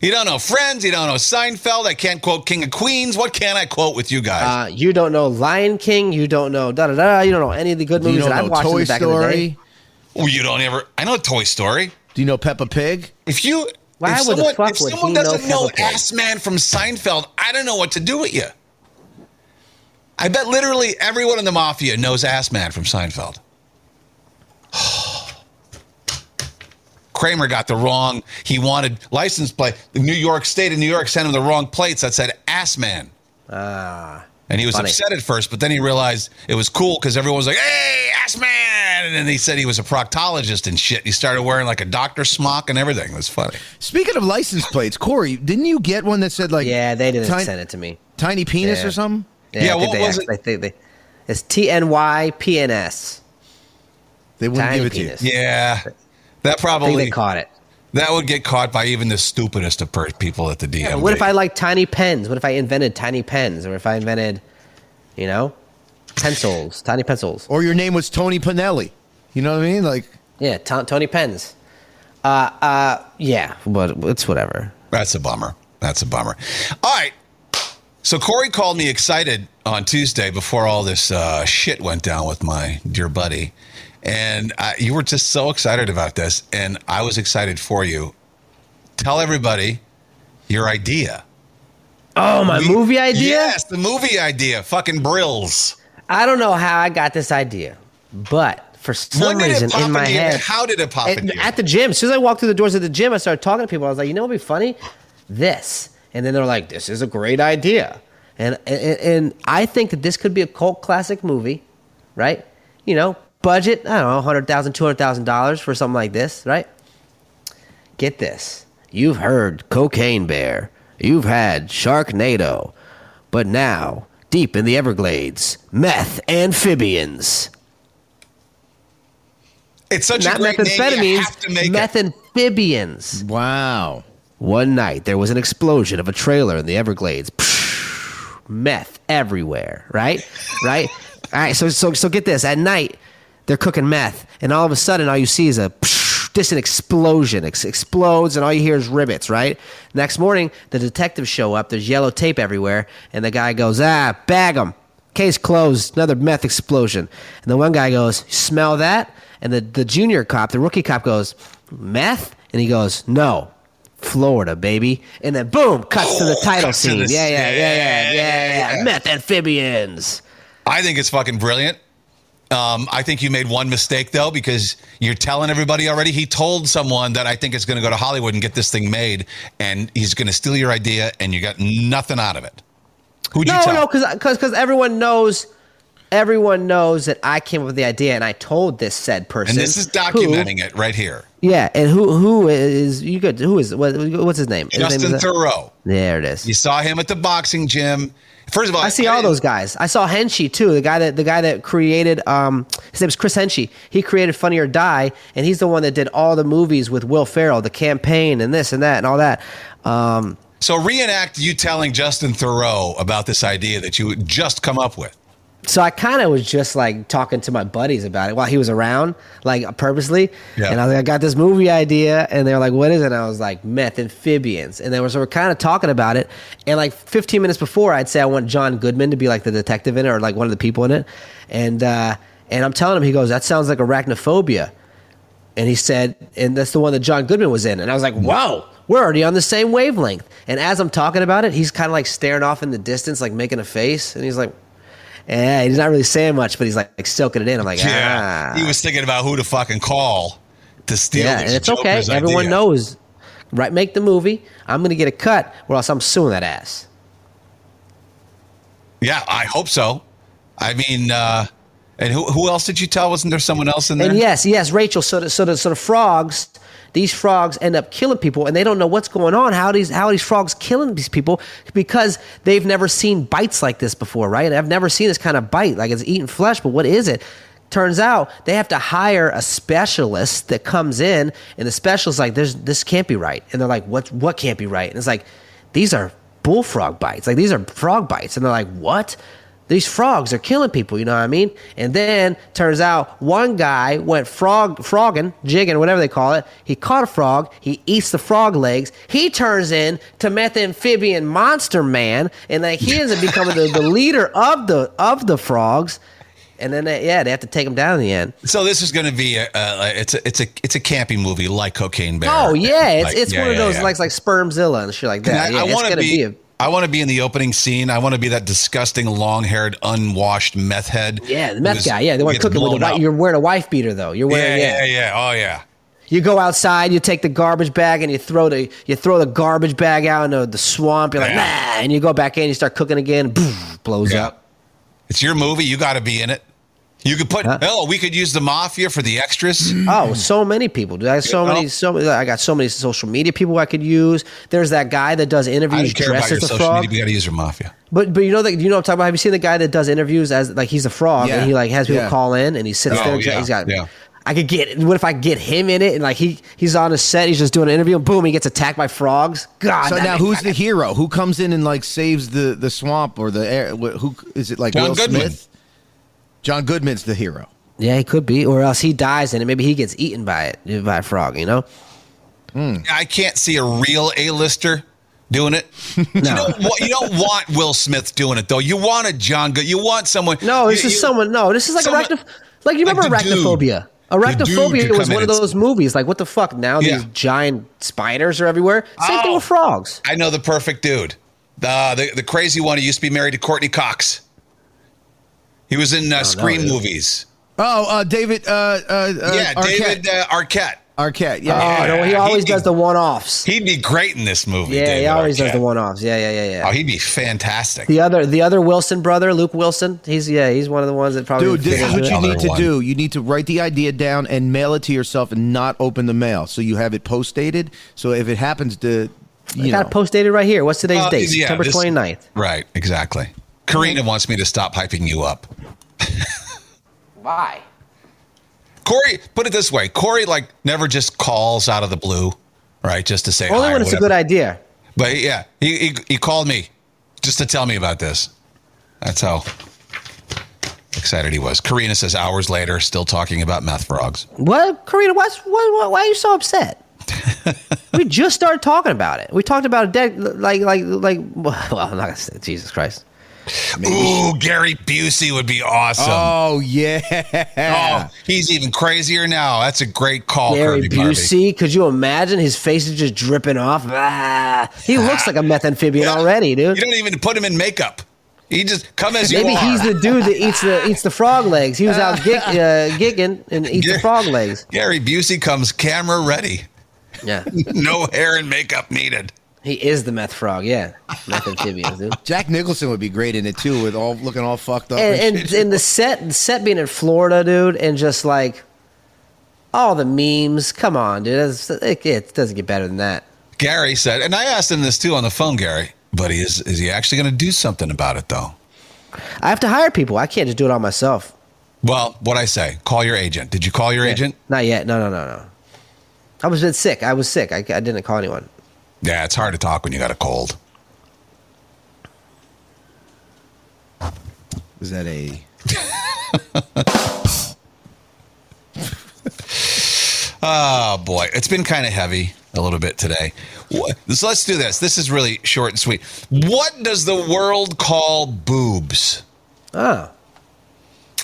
Speaker 3: You don't know Friends. You don't know Seinfeld. I can't quote King of Queens. What can I quote with you guys?
Speaker 4: Uh, you don't know Lion King. You don't know da da da. You don't know any of the good
Speaker 5: Do you
Speaker 4: movies
Speaker 5: know
Speaker 4: that I've watched in
Speaker 5: Toy
Speaker 4: the back of the day.
Speaker 5: Story?
Speaker 3: Oh, you don't ever. I know Toy Story.
Speaker 5: Do you know Peppa Pig?
Speaker 3: If you,
Speaker 4: Why
Speaker 3: if
Speaker 4: would the
Speaker 3: someone,
Speaker 4: fuck
Speaker 3: if
Speaker 4: would
Speaker 3: someone
Speaker 4: he know
Speaker 3: doesn't know,
Speaker 4: Peppa Pig?
Speaker 3: Ass Man from Seinfeld, I don't know what to do with you. I bet literally everyone in the mafia knows Ass Man from Seinfeld. Kramer got the wrong. He wanted license plate. The New York State of New York sent him the wrong plates that said Ass Man. and he was
Speaker 4: Ah, funny.
Speaker 3: upset at first, but then he realized it was cool because everyone was like, "Hey, Ass Man!" And then he said he was a proctologist and shit. He started wearing like a doctor smock and everything. It was funny.
Speaker 5: Speaking of license plates, Corey, didn't you get one that said like
Speaker 4: Yeah, they didn't
Speaker 5: tiny,
Speaker 4: send it to me.
Speaker 5: tiny penis
Speaker 4: Yeah.
Speaker 5: or something?
Speaker 4: Yeah,
Speaker 3: Yeah,
Speaker 4: I think
Speaker 3: what
Speaker 4: they
Speaker 3: was
Speaker 4: act- I think they. It's T N Y P N S.
Speaker 5: They wouldn't
Speaker 4: Tiny
Speaker 5: give it
Speaker 4: penis.
Speaker 5: to you.
Speaker 3: Yeah, that
Speaker 4: I think
Speaker 3: probably
Speaker 4: they caught it.
Speaker 3: that would get caught by even the stupidest of per- people at the DM.
Speaker 4: What if I like tiny pens? What if I invented tiny pens, or if I invented, you know, pencils, tiny pencils?
Speaker 5: Or your name was Tony Pinelli. You know what I mean? Like
Speaker 4: Yeah, Ton Tony pens. Uh, uh, yeah, but it's whatever.
Speaker 3: That's a bummer. That's a bummer. All right. So Corey called me excited on Tuesday before all this uh, shit went down with my dear buddy, and uh, you were just so excited about this, and I was excited for you. Tell everybody your idea.
Speaker 4: Oh, my movie idea.
Speaker 3: Yes, the movie idea. Fucking brills.
Speaker 4: I don't know how I got this idea, but for some
Speaker 3: When did
Speaker 4: reason
Speaker 3: it pop
Speaker 4: in my
Speaker 3: into your-
Speaker 4: head,
Speaker 3: How did it pop
Speaker 4: at,
Speaker 3: into you?
Speaker 4: at the gym, as soon as I walked through the doors of the gym, I started talking to people. I was like, you know what would be funny? This. And then they're like, this is a great idea. And, and, and I think that this could be a cult classic movie, right? You know, budget, I don't know, $100,000, $200,000 for something like this, right? Get this. You've heard Cocaine Bear. You've had Sharknado. But now, deep in the Everglades, meth amphibians.
Speaker 3: it's such
Speaker 4: Not
Speaker 3: a great name. You have to
Speaker 4: methamphetamines,
Speaker 3: make it.
Speaker 4: meth amphibians.
Speaker 5: wow.
Speaker 4: One night, there was an explosion of a trailer in the Everglades. meth everywhere, right? Right? all right, so, so, so get this. At night, they're cooking meth, and all of a sudden, all you see is a distant explosion. Ex- explodes, and all you hear is ribbits, right? Next morning, the detectives show up. There's yellow tape everywhere, and the guy goes, ah, bag 'em. Case closed, another meth explosion. And the one guy goes, smell that? And the, the junior cop, the rookie cop goes, meth? And he goes, no. Florida, baby. And then boom, cuts to the title
Speaker 3: Oh, cuts to
Speaker 4: scene.
Speaker 3: the-
Speaker 4: yeah, yeah, yeah,
Speaker 3: yeah,
Speaker 4: yeah, yeah, yeah,
Speaker 3: yeah.
Speaker 4: Meth amphibians.
Speaker 3: I think it's fucking brilliant. Um, I think you made one mistake though, because you're telling everybody already. He told someone that I think it's going to go to Hollywood and get this thing made, and he's going to steal your idea, and you got nothing out of it. Who'd you
Speaker 4: No,
Speaker 3: tell?
Speaker 4: no, because because everyone knows, everyone knows that I came up with the idea and I told this said person.
Speaker 3: and this is
Speaker 4: who-
Speaker 3: documenting it right here.
Speaker 4: yeah, and who who is you good? Who is what, what's his name? His name
Speaker 3: Justin
Speaker 4: is- uh,
Speaker 3: Thoreau.
Speaker 4: There it is.
Speaker 3: You saw him at the boxing gym. First of all,
Speaker 4: I see all
Speaker 3: didn't-
Speaker 4: those guys. I saw Henchy too, the guy that the guy that created um his name's Chris Henchy. He created Funny or Die, and he's the one that did all the movies with Will Ferrell, the campaign and this and that and all that. Um,
Speaker 3: So reenact you telling Justin Thoreau about this idea that you had just come up with.
Speaker 4: so I kind of was just like talking to my buddies about it while he was around, like purposely.
Speaker 3: Yeah.
Speaker 4: And I was like, I got this movie idea, and they were like, "What is it?" And I was like, "Meth amphibians." And they were so we're kind of talking about it. And like 15 minutes before, I'd say I want John Goodman to be like the detective in it or like one of the people in it. And uh, and I'm telling him, he goes, "That sounds like arachnophobia." And he said, and that's the one that John Goodman was in. And I was like, whoa, We're already on the same wavelength. And as I'm talking about it, he's kind of like staring off in the distance, like making a face, and he's like, "Yeah." He's not really saying much, but he's like, like soaking it in. I'm like,
Speaker 3: Yeah.
Speaker 4: "Ah."
Speaker 3: He was thinking about who to fucking call to steal.
Speaker 4: Yeah,
Speaker 3: this
Speaker 4: and it's okay.
Speaker 3: Joker's
Speaker 4: Everyone
Speaker 3: idea.
Speaker 4: knows. Right, make the movie. I'm gonna get a cut, or else I'm suing that ass.
Speaker 3: Yeah, I hope so. I mean, uh, and who who else did you tell? Wasn't there someone else in there?
Speaker 4: And yes, yes, Rachel. So, the, so, the, so the frogs, these frogs end up killing people, and they don't know what's going on. How these, how these frogs killing these people because they've never seen bites like this before, right? And I've never seen this kind of bite. Like it's eating flesh, but what is it? Turns out they have to hire a specialist that comes in, and the specialist's like, "There's this can't be right," and they're like, "What? What can't be right?" And it's like, "These are bullfrog bites. Like these are frog bites," and they're like, "What?" these frogs are killing people, you know what I mean? And then turns out one guy went frog frogging, jigging, whatever they call it. He caught a frog, he eats the frog legs, he turns in to methamphibian monster man, and like he ends up becoming the, the leader of the of the frogs. And then they, yeah, they have to take him down in the end.
Speaker 3: So this is going to be a, uh, it's a it's a it's a campy movie like Cocaine Bear.
Speaker 4: Oh yeah, it's
Speaker 3: Like-
Speaker 4: it's
Speaker 3: yeah,
Speaker 4: one of
Speaker 3: yeah,
Speaker 4: those
Speaker 3: yeah.
Speaker 4: like like spermzilla and shit
Speaker 3: And
Speaker 4: like that.
Speaker 3: I,
Speaker 4: yeah, it's
Speaker 3: want to
Speaker 4: gonna
Speaker 3: be.
Speaker 4: be,
Speaker 3: I
Speaker 4: a,
Speaker 3: want to be in the opening scene. I want to be that disgusting, long-haired, unwashed meth head.
Speaker 4: yeah, the
Speaker 3: who's-
Speaker 4: meth guy. Yeah, they
Speaker 3: who
Speaker 4: want
Speaker 3: gets
Speaker 4: cooking with a
Speaker 3: blown
Speaker 4: white.
Speaker 3: up.
Speaker 4: You're wearing a wife beater though. You're
Speaker 3: yeah,
Speaker 4: wearing
Speaker 3: yeah, yeah, Oh yeah.
Speaker 4: You go outside, you take the garbage bag, and you throw the you throw the garbage bag out into the swamp. You're like, nah,
Speaker 3: Yeah.
Speaker 4: and you go back in, you start cooking again, poof, blows
Speaker 3: Yeah.
Speaker 4: up.
Speaker 3: It's your movie. You got to be in it. You could put.
Speaker 4: Huh?
Speaker 3: Hell, we could use the mafia for the extras.
Speaker 4: Oh, so many people, dude. I have so
Speaker 3: Yeah.
Speaker 4: many, so many. I got so many social media people I could use. There's that guy that does
Speaker 3: I
Speaker 4: interviews
Speaker 3: don't care about
Speaker 4: dressed
Speaker 3: your
Speaker 4: as the
Speaker 3: social
Speaker 4: frog.
Speaker 3: media. We got to use your mafia.
Speaker 4: But but you know that you know what I'm talking about. Have you seen the guy that does interviews as like he's a frog
Speaker 5: Yeah.
Speaker 4: and he like has people
Speaker 5: Yeah.
Speaker 4: call in and he sits
Speaker 3: Oh,
Speaker 4: there. and
Speaker 3: yeah.
Speaker 4: He's got.
Speaker 3: Yeah.
Speaker 4: I could get. What if I get him in it and like he he's on a set. He's just doing an interview and boom, he gets attacked by frogs. God.
Speaker 5: So
Speaker 4: that
Speaker 5: now,
Speaker 4: makes-
Speaker 5: who's the hero? Who comes in and like saves the the swamp or the air? wh- Who is it? Like
Speaker 3: John
Speaker 5: Will
Speaker 3: Goodman.
Speaker 5: Smith? John Goodman's the hero.
Speaker 4: Yeah, he could be, or else he dies in it. Maybe he gets eaten by it by a frog. You know?
Speaker 3: I can't see a real A-lister doing it. You, don't, wa- you don't want Will Smith doing it though. You want a John Good. You want someone.
Speaker 4: No, this
Speaker 3: you-
Speaker 4: is
Speaker 3: you-
Speaker 4: someone. No, this is like
Speaker 3: someone-
Speaker 4: arachnophobia. Like you
Speaker 3: like
Speaker 4: remember
Speaker 3: the dude. The
Speaker 4: arachnophobia?
Speaker 3: dude
Speaker 4: Arachnophobia
Speaker 3: who
Speaker 4: was
Speaker 3: come
Speaker 4: one
Speaker 3: in
Speaker 4: of
Speaker 3: and-
Speaker 4: those movies. Like what the fuck? Now
Speaker 3: Yeah.
Speaker 4: these giant spiders are everywhere. Same thing
Speaker 3: Oh.
Speaker 4: with frogs.
Speaker 3: I know the perfect dude. The, the the crazy one who used to be married to Courtney Cox. He was in
Speaker 4: Oh,
Speaker 3: uh, Scream
Speaker 4: dude.
Speaker 3: movies.
Speaker 5: Oh, uh, David. Uh, uh, uh,
Speaker 3: yeah,
Speaker 5: Arquette.
Speaker 3: David uh, Arquette.
Speaker 5: Arquette.
Speaker 4: Oh,
Speaker 5: Yeah.
Speaker 4: no, he
Speaker 3: Yeah,
Speaker 4: always
Speaker 3: he-
Speaker 4: does the one offs.
Speaker 3: He'd be great in this movie.
Speaker 4: Yeah,
Speaker 3: David
Speaker 4: he always
Speaker 3: Arquette.
Speaker 4: does the one offs. Yeah, yeah, yeah, yeah.
Speaker 3: Oh, he'd be fantastic.
Speaker 4: the other, the other Wilson brother, Luke Wilson. He's yeah, he's one of the ones that probably.
Speaker 5: Dude, this
Speaker 3: Yeah.
Speaker 5: is what you
Speaker 3: Another
Speaker 5: need to
Speaker 3: one.
Speaker 5: do. You need to write the idea down and mail it to yourself, and not open the mail. So you have it post dated. So if it happens to, you know,
Speaker 4: got post dated right here. What's today's
Speaker 3: Uh,
Speaker 4: date?
Speaker 3: yeah,
Speaker 4: September
Speaker 3: this-
Speaker 4: twenty 29th.
Speaker 3: Right, exactly. Karina wants me to stop hyping you up.
Speaker 4: Why?
Speaker 3: Corey, put it this way: Corey like never just calls out of the blue, right? Just to say
Speaker 4: Only
Speaker 3: hi,
Speaker 4: when it's a
Speaker 3: whatever.
Speaker 4: good idea.
Speaker 3: But yeah, he, he he called me just to tell me about this. That's how excited he was. Karina says hours later, still talking about meth frogs.
Speaker 4: What, Karina? What's, what, what, why are you so upset? we just started talking about it. We talked about it dead, like, like, like. Well, I'm not gonna say Jesus Christ.
Speaker 3: Ooh, Gary Busey would be awesome.
Speaker 5: oh yeah,
Speaker 3: Oh, he's even crazier now. That's a great call,
Speaker 4: Gary
Speaker 3: Oh, Kirby Barbie.
Speaker 4: Busey. Could you imagine his face is just dripping off? Ah, he looks like a meth amphibian
Speaker 3: Yeah.
Speaker 4: already,
Speaker 3: You
Speaker 4: dude.
Speaker 3: don't even put him in makeup. He just come as you
Speaker 4: Maybe
Speaker 3: are.
Speaker 4: he's the dude that eats the eats the frog legs. He was out gig, uh, gigging and eats the
Speaker 3: Gar-
Speaker 4: frog legs.
Speaker 3: Gary Busey comes camera ready.
Speaker 4: Yeah,
Speaker 3: No hair and makeup needed.
Speaker 4: he is the meth frog. Yeah, meth amphibian, dude.
Speaker 5: Jack Nicholson would be great in it too, with all looking all fucked up.
Speaker 4: and and,
Speaker 3: Oh,
Speaker 5: shit.
Speaker 4: and the set the set being in Florida, dude, and just like all the memes. Come on, dude. That's- It, it doesn't get better than that.
Speaker 3: Gary said, and I asked him this too on the phone, Gary, but he is is he actually going to do something about it though?
Speaker 4: I have to hire people. I can't just do it all myself.
Speaker 3: Well, what I say, call your agent. Did you call your agent?
Speaker 4: Not yet. No, no, no, no. I was been sick. I was sick. I, I didn't call anyone.
Speaker 3: Yeah, it's hard to talk when you got a cold.
Speaker 5: was that a?
Speaker 3: Oh boy, it's been kind of heavy a little bit today. Wha- So let's do this. This is really short and sweet. What does the world call boobs?
Speaker 4: Oh,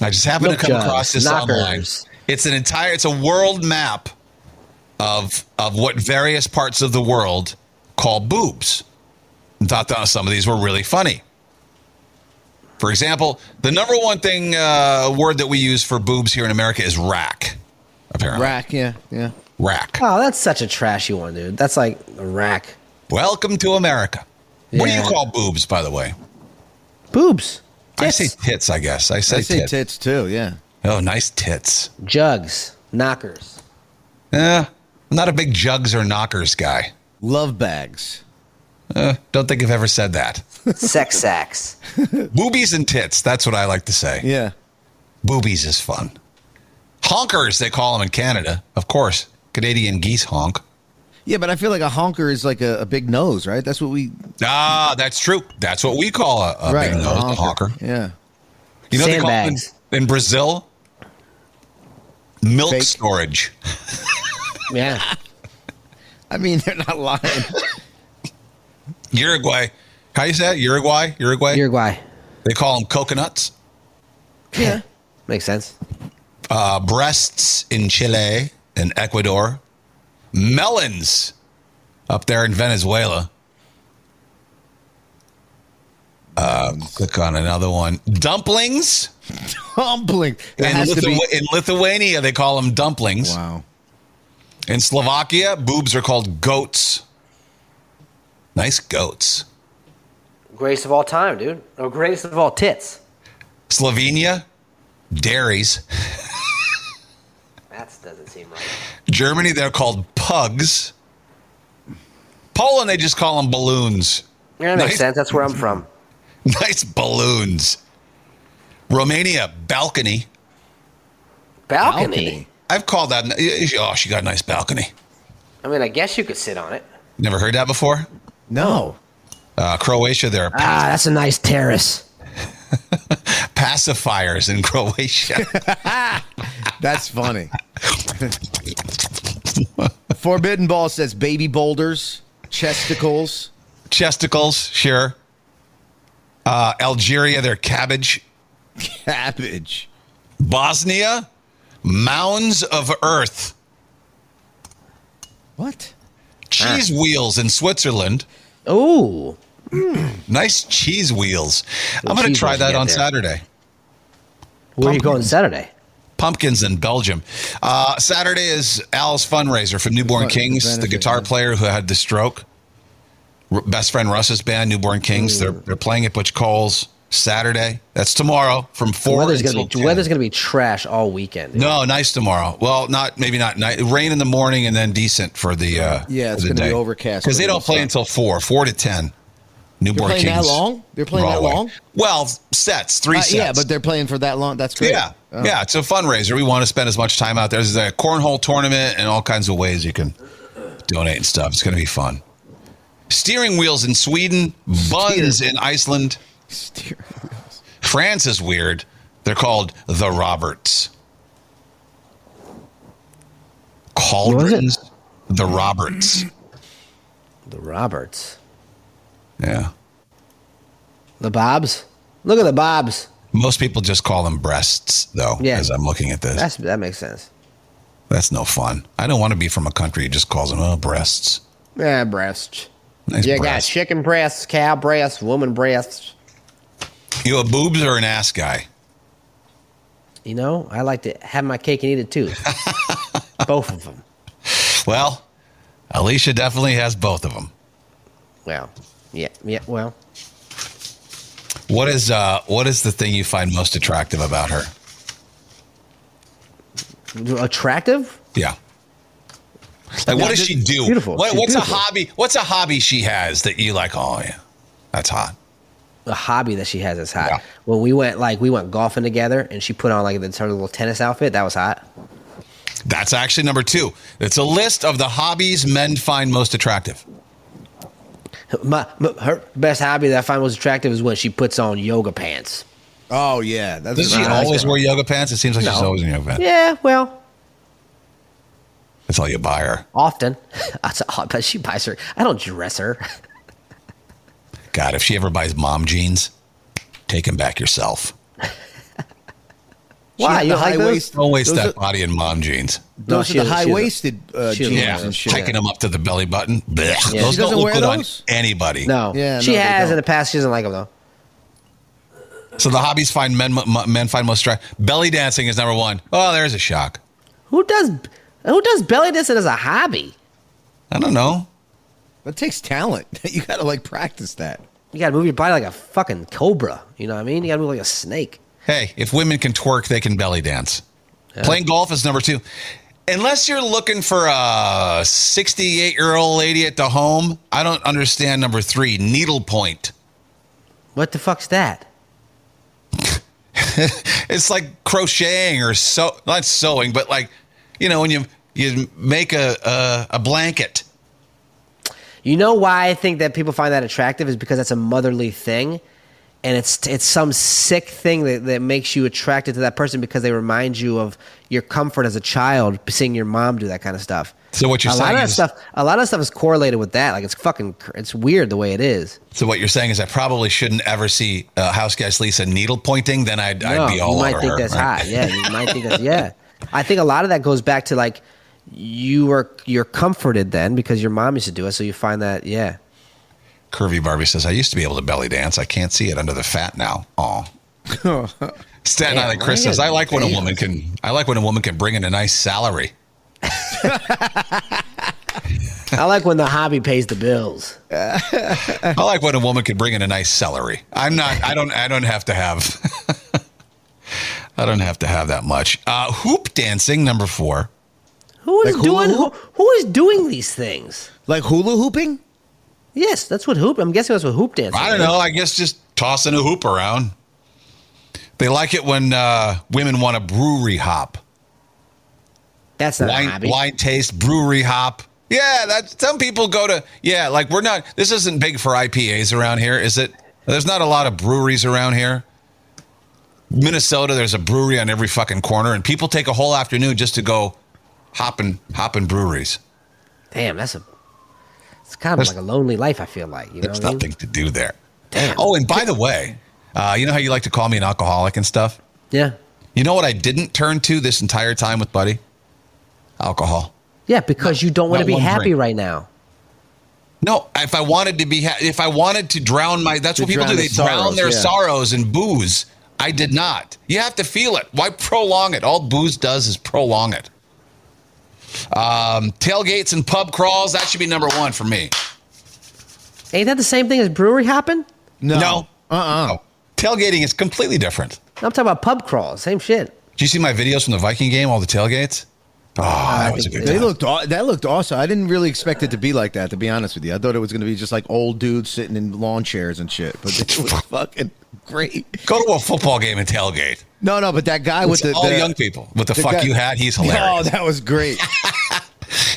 Speaker 3: I just happened to
Speaker 4: Milk
Speaker 3: come
Speaker 4: jugs,
Speaker 3: across this online.
Speaker 4: knockers.
Speaker 3: It's an entire. It's a world map of of what various parts of the world call boobs. And thought that some of these were really funny. For example, the number one thing uh, word that we use for boobs here in America is rack. Apparently,
Speaker 5: Rack, yeah, yeah.
Speaker 3: rack.
Speaker 4: Oh, that's such a trashy one, dude. That's like a rack.
Speaker 3: Welcome to America. What do you
Speaker 4: Yeah.
Speaker 3: call boobs, by the way?
Speaker 4: Boobs.
Speaker 3: I
Speaker 4: Tits.
Speaker 3: say tits, I guess. I say,
Speaker 5: I say
Speaker 3: tit.
Speaker 5: tits too. Yeah.
Speaker 3: Oh, nice tits.
Speaker 4: jugs. Knockers.
Speaker 3: Eh, I'm not a big jugs or knockers guy.
Speaker 5: Love bags.
Speaker 3: Don't think I've ever said that.
Speaker 4: Sex sacks.
Speaker 3: Boobies and tits. That's what I like to say.
Speaker 5: Yeah.
Speaker 3: Boobies is fun. Honkers, they call them in Canada. Of course, Canadian geese honk.
Speaker 5: Yeah, but I feel like a honker is like a, a big nose, right? That's what we
Speaker 3: Ah, that's true. That's what we call a, a
Speaker 5: right,
Speaker 3: big nose, a honker.
Speaker 5: Yeah.
Speaker 3: You know what they call them
Speaker 4: Sandbags.
Speaker 3: in, in Brazil? Milk
Speaker 5: Fake.
Speaker 3: storage.
Speaker 4: Yeah.
Speaker 5: I mean, they're not lying.
Speaker 3: Uruguay. How you say it? Uruguay? Uruguay?
Speaker 4: Uruguay.
Speaker 3: they call them coconuts.
Speaker 5: yeah.
Speaker 4: Makes sense.
Speaker 3: Uh, breasts in Chile and Ecuador. Melons up there in Venezuela. Uh, click on another one. Dumplings
Speaker 5: Humbling. That
Speaker 3: in,
Speaker 5: has to be.
Speaker 3: Lithu- in Lithuania. They call them dumplings.
Speaker 5: Wow.
Speaker 3: In Slovakia, boobs are called goats. Nice goats.
Speaker 4: Grace of all time, dude. Or grace of all tits.
Speaker 3: Slovenia, dairies.
Speaker 4: That doesn't seem right.
Speaker 3: Germany, they're called pugs. Poland, they just call them balloons.
Speaker 4: Yeah, that makes
Speaker 3: Nice.
Speaker 4: sense. That's where I'm from.
Speaker 3: Nice balloons. Romania, balcony.
Speaker 4: Balcony.
Speaker 3: I've called that. Oh, she got a nice balcony.
Speaker 4: I mean, I guess you could sit on it.
Speaker 3: Never heard that before.
Speaker 5: No.
Speaker 3: Uh, Croatia, there are pa-
Speaker 4: Ah, that's a nice terrace. Ah.
Speaker 3: pacifiers in Croatia.
Speaker 5: That's funny. Forbidden Ball says baby boulders, chesticles.
Speaker 3: Chesticles, sure. Uh, Algeria, they're cabbage.
Speaker 5: cabbage.
Speaker 3: Bosnia, mounds of earth.
Speaker 5: What?
Speaker 3: Cheese
Speaker 4: Ah.
Speaker 3: wheels in Switzerland.
Speaker 4: Ooh.
Speaker 3: Nice cheese wheels. I'm
Speaker 4: Well,
Speaker 3: going to
Speaker 4: cheese
Speaker 3: try
Speaker 4: wheels
Speaker 3: that
Speaker 4: you
Speaker 3: on
Speaker 4: get there.
Speaker 3: Saturday.
Speaker 4: Where are you going Saturday?
Speaker 3: Pumpkins in Belgium. Uh, Saturday is Al's fundraiser for Newborn
Speaker 5: Fun-
Speaker 3: Kings, the
Speaker 5: benefit,
Speaker 3: guitar
Speaker 5: yeah.
Speaker 3: player who had the stroke. R- best friend Russ's band, Newborn Kings. They're they're playing at Butch Cole's Saturday. That's tomorrow from
Speaker 4: The
Speaker 3: four.
Speaker 4: weather's gonna
Speaker 3: until 10.
Speaker 4: be weather's gonna be trash all weekend. dude.
Speaker 3: no nice tomorrow. Well, not maybe not night. Rain in the morning and then decent for the uh,
Speaker 5: Yeah, it's
Speaker 3: going
Speaker 5: gonna
Speaker 3: to
Speaker 5: be overcast
Speaker 3: because
Speaker 5: for
Speaker 3: they
Speaker 5: the
Speaker 3: don't
Speaker 5: most
Speaker 3: play
Speaker 5: part.
Speaker 3: until four, four to ten. Newborn
Speaker 5: playing that
Speaker 3: Kings.
Speaker 5: long? They're playing that
Speaker 3: Broadway.
Speaker 5: long?
Speaker 3: Well, sets three
Speaker 5: Uh,
Speaker 3: sets.
Speaker 5: yeah, but they're playing for that long. That's great.
Speaker 3: Yeah.
Speaker 5: Oh.
Speaker 3: Yeah. It's a fundraiser. We want to spend as much time out there. There's a cornhole tournament and all kinds of ways you can donate and stuff. It's going to be fun. Steering wheels in Sweden, buns in Iceland.
Speaker 5: Steer-
Speaker 3: France is weird. They're called the Roberts.
Speaker 4: was it?
Speaker 3: Cauldrons, the Roberts.
Speaker 4: The Roberts.
Speaker 3: Yeah.
Speaker 4: The Bobs. Look at the Bobs.
Speaker 3: Most people just call them breasts, though,
Speaker 4: Yeah.
Speaker 3: as I'm looking at this.
Speaker 4: That's that makes sense.
Speaker 3: That's no fun. I don't want to be from a country that just calls them, oh, breasts.
Speaker 4: Yeah, breasts.
Speaker 3: Nice
Speaker 4: you
Speaker 3: breasts.
Speaker 4: got chicken breasts, cow breasts, woman breasts.
Speaker 3: You a boobs or an ass guy?
Speaker 4: You know, I like to have my cake and eat it too. Both of them.
Speaker 3: Well, Alicia definitely has both of them.
Speaker 4: Well, yeah, yeah. Well,
Speaker 3: What is uh, what is the thing you find most attractive about her?
Speaker 4: attractive.
Speaker 3: Yeah. Like, what does she do?
Speaker 4: beautiful.
Speaker 3: What,
Speaker 4: She's
Speaker 3: what's
Speaker 4: beautiful.
Speaker 3: a hobby? What's a hobby she has that you like? Oh yeah, that's hot.
Speaker 4: A hobby that she has is hot.
Speaker 3: Yeah.
Speaker 4: When we went, like, we went golfing together, and she put on like the her little tennis outfit. That was hot.
Speaker 3: That's actually number two. It's a list of the hobbies men find most attractive.
Speaker 4: My, my her best hobby that I find most attractive is when she puts on yoga pants.
Speaker 5: Oh yeah, that's
Speaker 3: Does she
Speaker 5: nice.
Speaker 3: always wear yoga pants? It seems like she's
Speaker 4: No.
Speaker 3: always in yoga pants.
Speaker 4: Yeah, well,
Speaker 3: That's all you buy her.
Speaker 4: often. That's odd, but she buys her. I don't dress her.
Speaker 3: God, if she ever buys mom jeans, take them back yourself.
Speaker 4: Why?
Speaker 5: the
Speaker 4: You don't like
Speaker 5: high
Speaker 4: those?
Speaker 5: waist.
Speaker 3: Don't waste
Speaker 5: those
Speaker 3: that
Speaker 5: Are,
Speaker 3: body in mom jeans.
Speaker 5: those
Speaker 4: No,
Speaker 5: are
Speaker 4: she-
Speaker 5: the
Speaker 4: she-
Speaker 5: high waisted uh,
Speaker 4: she-
Speaker 5: jeans
Speaker 4: Yeah,
Speaker 3: Yeah,
Speaker 5: and shit.
Speaker 3: hiking them up to the belly button. Blech.
Speaker 4: Yeah.
Speaker 3: Those
Speaker 5: She
Speaker 3: don't
Speaker 5: doesn't
Speaker 3: look
Speaker 5: wear
Speaker 3: good
Speaker 5: those?
Speaker 3: on anybody.
Speaker 4: No.
Speaker 5: Yeah,
Speaker 4: she
Speaker 5: no, they
Speaker 4: has in
Speaker 5: don't.
Speaker 4: the past. She doesn't like them though.
Speaker 3: So the hobbies find men m- men find most attractive. Belly dancing is number one. Oh, there's a shock.
Speaker 4: Who does who does belly dancing as a hobby?
Speaker 3: I don't know.
Speaker 5: That takes talent. you got to like practice that.
Speaker 4: You gotta move your body like a fucking cobra. You know what I mean? You gotta move like a snake.
Speaker 3: Hey, if women can twerk, they can belly dance. Playing golf is number two. Unless you're looking for a 68 year old lady at the home, I don't understand number three, needlepoint.
Speaker 4: What the fuck's that?
Speaker 3: It's like crocheting or so not sewing, but like you know when you you make a a, a blanket.
Speaker 4: You know why I think that people find that attractive is because that's a motherly thing, and it's it's some sick thing that, that makes you attracted to that person because they remind you of your comfort as a child, seeing your mom do that kind of stuff.
Speaker 3: So what you're
Speaker 4: a lot
Speaker 3: saying
Speaker 4: of that
Speaker 3: is-
Speaker 4: stuff, a lot of stuff is correlated with that. Like it's fucking, cr- it's weird the way it is.
Speaker 3: So what you're saying is I probably shouldn't ever see uh, houseguest Lisa needle pointing. Then I'd,
Speaker 4: No,
Speaker 3: I'd be all
Speaker 4: you might
Speaker 3: over
Speaker 4: think
Speaker 3: her,
Speaker 4: that's
Speaker 3: right?
Speaker 4: hot. Yeah, you might think that's yeah. I think a lot of that goes back to like you were you're comforted then because your mom used to do it, so you find that yeah.
Speaker 3: Curvy Barbie says I used to be able to belly dance. I can't see it under the fat now. Aw. Staten Island Chris says I like when a woman can. I like when a woman can bring in a nice salary.
Speaker 4: I like when the hobby pays the bills.
Speaker 3: I like when a woman can bring in a nice salary. I'm not. I don't. I don't have to have. I don't have to have that much. Uh, hoop dancing number four.
Speaker 4: Who is
Speaker 5: Like hula
Speaker 4: doing who, who is doing these things?
Speaker 5: Like hula hooping?
Speaker 4: Yes, that's what hoop. I'm guessing that's what hoop dancing.
Speaker 3: I don't
Speaker 4: is.
Speaker 3: know. I guess just tossing a hoop around. They like it when uh, women want a brewery hop,
Speaker 4: That's not a
Speaker 3: wine,
Speaker 4: hobby.
Speaker 3: wine taste, brewery hop. Yeah, that some people go to. Yeah, like we're not. This isn't big for IPAs around here, is it? There's not a lot of breweries around here. Minnesota, there's a brewery on every fucking corner, and people take a whole afternoon just to go hopping, hopping breweries.
Speaker 4: Damn, that's a. It's kind of
Speaker 3: That's-
Speaker 4: like a lonely life. I feel like you know.
Speaker 3: There's
Speaker 4: what I mean?
Speaker 3: nothing to do there.
Speaker 4: Damn.
Speaker 3: Oh, and by the way, uh, you know how you like to call me an alcoholic and stuff.
Speaker 4: Yeah,
Speaker 3: You know what I didn't turn to this entire time with Buddy? Alcohol.
Speaker 4: yeah, because you don't want to
Speaker 3: not
Speaker 4: be
Speaker 3: one
Speaker 4: happy
Speaker 3: drink.
Speaker 4: right now.
Speaker 3: No, if I wanted to be, ha- if I wanted to drown my, that's
Speaker 5: To
Speaker 3: what people
Speaker 5: drown
Speaker 3: do. They
Speaker 5: the
Speaker 3: drown
Speaker 5: sorrows,
Speaker 3: their
Speaker 5: yeah.
Speaker 3: sorrows in booze. I did not. You have to feel it. Why prolong it? All booze does is prolong it. Um, tailgates and pub crawls, that should be number one for me.
Speaker 4: Ain't that the same thing as brewery hopping?
Speaker 5: No. Uh-uh.
Speaker 3: Uh uh Tailgating is completely different.
Speaker 4: I'm talking about pub crawls. Same shit.
Speaker 3: Do you see my videos from the Viking game, all the tailgates? Oh, that was a good
Speaker 5: Uh, They
Speaker 3: time.
Speaker 5: looked aw- that looked awesome. I didn't really expect it to be like that. To be honest with you, I thought it was going to be just like old dudes sitting in lawn chairs and shit. But it was fucking great.
Speaker 3: Go to a football game and tailgate.
Speaker 5: No, no, but that guy
Speaker 3: With
Speaker 5: with the,
Speaker 3: all
Speaker 5: the-
Speaker 3: young people with the,
Speaker 5: the
Speaker 3: fuck
Speaker 5: guy-
Speaker 3: you hat, he's hilarious.
Speaker 5: Oh, that was great.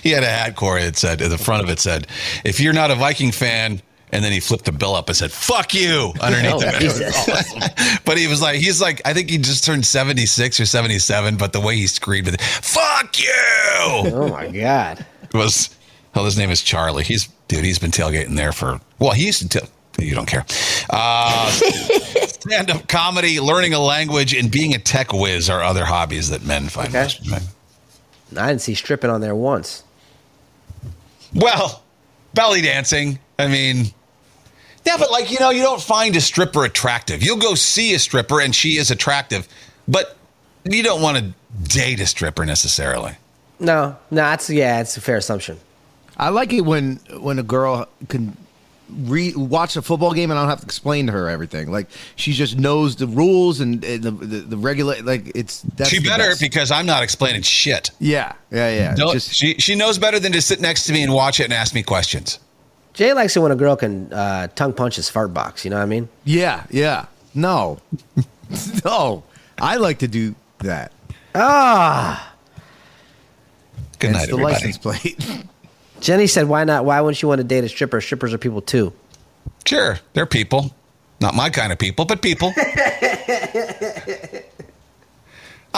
Speaker 3: he had a hat, Corey. It said at the front of it said, "If you're not a Viking fan," and then he flipped the bill up and said, "Fuck you" underneath
Speaker 4: Oh,
Speaker 3: the bill.
Speaker 4: Jesus.
Speaker 3: but he was like, he's like, I think he just turned 76 or 77. But the way he screamed with, it, "Fuck you,"
Speaker 4: Oh my god.
Speaker 3: was. Well, his name is Charlie. He's dude. He's been tailgating there for. Well, he used to. Tail, you don't care. Uh, stand-up comedy, learning a language, and being a tech whiz are other hobbies that men find.
Speaker 4: Okay.
Speaker 3: most men.
Speaker 4: I didn't see stripping on there once.
Speaker 3: Well, belly dancing. I mean, yeah, but like, you know, you don't find a stripper attractive. You'll go see a stripper and she is attractive, but you don't want to date a stripper necessarily.
Speaker 4: No, no, that's yeah, it's a fair assumption.
Speaker 5: I like it when when a girl can re watch a football game and I don't have to explain to her everything. Like she just knows the rules and, and the, the the regulate. Like it's that's
Speaker 3: she
Speaker 5: the
Speaker 3: better
Speaker 5: best.
Speaker 3: because I'm not explaining shit.
Speaker 5: yeah yeah yeah.
Speaker 3: Don't-
Speaker 5: Just-
Speaker 3: she, she knows better than to sit next to me and watch it and ask me questions.
Speaker 4: Jay likes it when a girl can uh, tongue punch his fart box. You know what I mean?
Speaker 5: yeah yeah. No, no. I like to do that.
Speaker 3: Good
Speaker 5: it's
Speaker 3: night,
Speaker 5: the
Speaker 3: everybody.
Speaker 5: license plate.
Speaker 4: Jenny said, "Why not? Why wouldn't you want to date a stripper? Strippers are people too."
Speaker 3: Sure, they're people. Not my kind of people, but people. I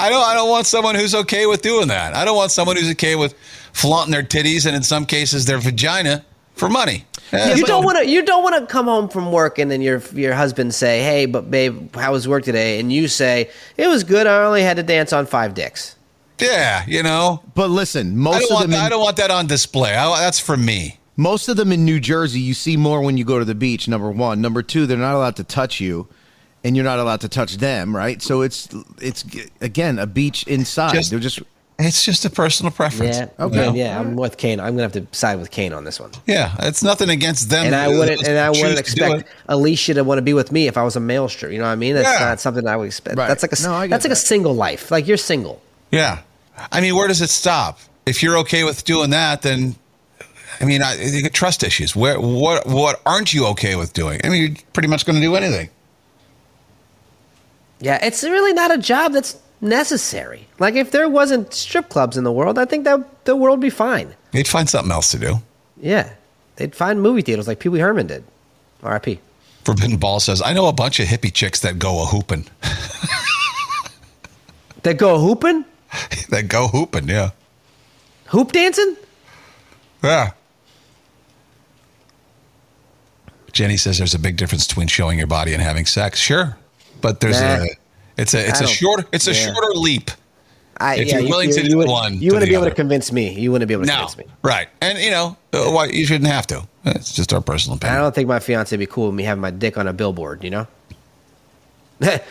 Speaker 3: don't I don't want someone who's okay with doing that. I don't want someone who's okay with flaunting their titties and in some cases their vagina for money. Eh,
Speaker 4: you
Speaker 3: but-
Speaker 4: don't want to. You don't want to come home from work and then your your husband say, "Hey, but babe, how was work today?" And you say, "It was good. I only had to dance on five dicks."
Speaker 3: Yeah, you know.
Speaker 5: But listen,
Speaker 3: I
Speaker 5: most
Speaker 3: don't,
Speaker 5: of
Speaker 3: want
Speaker 5: them
Speaker 3: that, I
Speaker 5: in,
Speaker 3: don't want that on display. I, that's for me.
Speaker 5: most of them in New Jersey, you see more when you go to the beach. Number one, number two, they're not allowed to touch you, and you're not allowed to touch them, right? So it's it's again a beach inside.
Speaker 3: Just-
Speaker 5: they're just
Speaker 3: It's just a personal preference.
Speaker 4: Yeah.
Speaker 3: you
Speaker 5: Okay.
Speaker 3: know?
Speaker 4: Yeah, I'm with Kane. I'm gonna have to side with Kane on this one.
Speaker 3: Yeah, it's nothing against them.
Speaker 4: And I
Speaker 3: Those
Speaker 4: wouldn't. And I
Speaker 3: who
Speaker 4: wouldn't
Speaker 3: choose to do
Speaker 4: expect
Speaker 3: it.
Speaker 4: Alicia to want to be with me if I was a male stripper. You know what I mean? That's
Speaker 3: Yeah.
Speaker 4: not something I would expect.
Speaker 5: Right.
Speaker 4: That's like a
Speaker 5: No, I get
Speaker 4: that's like a
Speaker 5: that.
Speaker 4: single life. Like you're single.
Speaker 3: Yeah, I mean, where does it stop? If you're okay with doing that, then I mean, I, you get trust issues. Where, what, what aren't you okay with doing? I mean, you're pretty much going to do anything.
Speaker 4: Yeah, it's really not a job that's necessary. Like if there wasn't strip clubs in the world, I think that the world would be fine.
Speaker 3: You'd find something else to do.
Speaker 4: Yeah, they'd find movie theaters like Pee Wee Herman did. R.I.P.
Speaker 3: Forbidden Ball says, "I know a bunch of hippie chicks that go a hooping,
Speaker 4: That go hooping,
Speaker 3: that go hooping. Yeah,
Speaker 4: hoop dancing.
Speaker 3: yeah." Jenny says, "There's a big difference between showing your body and having sex. Sure, but there's
Speaker 4: Nah.
Speaker 3: a, it's a, it's
Speaker 4: I
Speaker 3: a
Speaker 4: don't-
Speaker 3: shorter, it's a
Speaker 4: yeah.
Speaker 3: shorter leap."
Speaker 4: I,
Speaker 3: If you're willing to do
Speaker 4: would,
Speaker 3: one
Speaker 4: you
Speaker 3: to
Speaker 4: wouldn't
Speaker 3: the
Speaker 4: be able
Speaker 3: other.
Speaker 4: to convince me. You wouldn't be able to
Speaker 3: No,
Speaker 4: convince me.
Speaker 3: right, and you know uh, why you shouldn't have to. It's just our personal
Speaker 4: I
Speaker 3: opinion.
Speaker 4: don't think my fiance would be cool with me having my dick on a billboard, you know?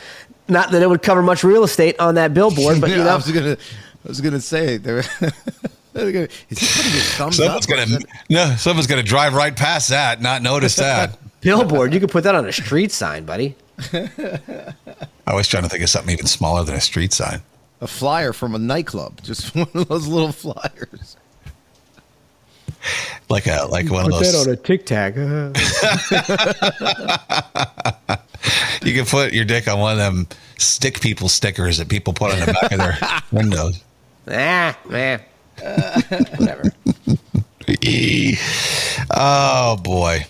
Speaker 4: Not that it would cover much real estate on that billboard, but you
Speaker 5: Yeah, I
Speaker 4: know,
Speaker 5: was gonna, I was gonna say they're. they're gonna- Is he putting his thumbs
Speaker 3: Someone's
Speaker 5: up? or is
Speaker 3: gonna
Speaker 5: that-
Speaker 3: no, someone's gonna drive right past that, not notice that.
Speaker 4: billboard, you could put that on a street sign, buddy.
Speaker 3: I was trying to think of something even smaller than a street sign.
Speaker 5: a flyer from a nightclub, just one of those little flyers.
Speaker 3: Like a like one of those.
Speaker 4: a tic tac.
Speaker 3: you can put your dick on one of them stick people stickers that people put on the back of their windows.
Speaker 4: ah, man. Whatever.
Speaker 3: oh boy.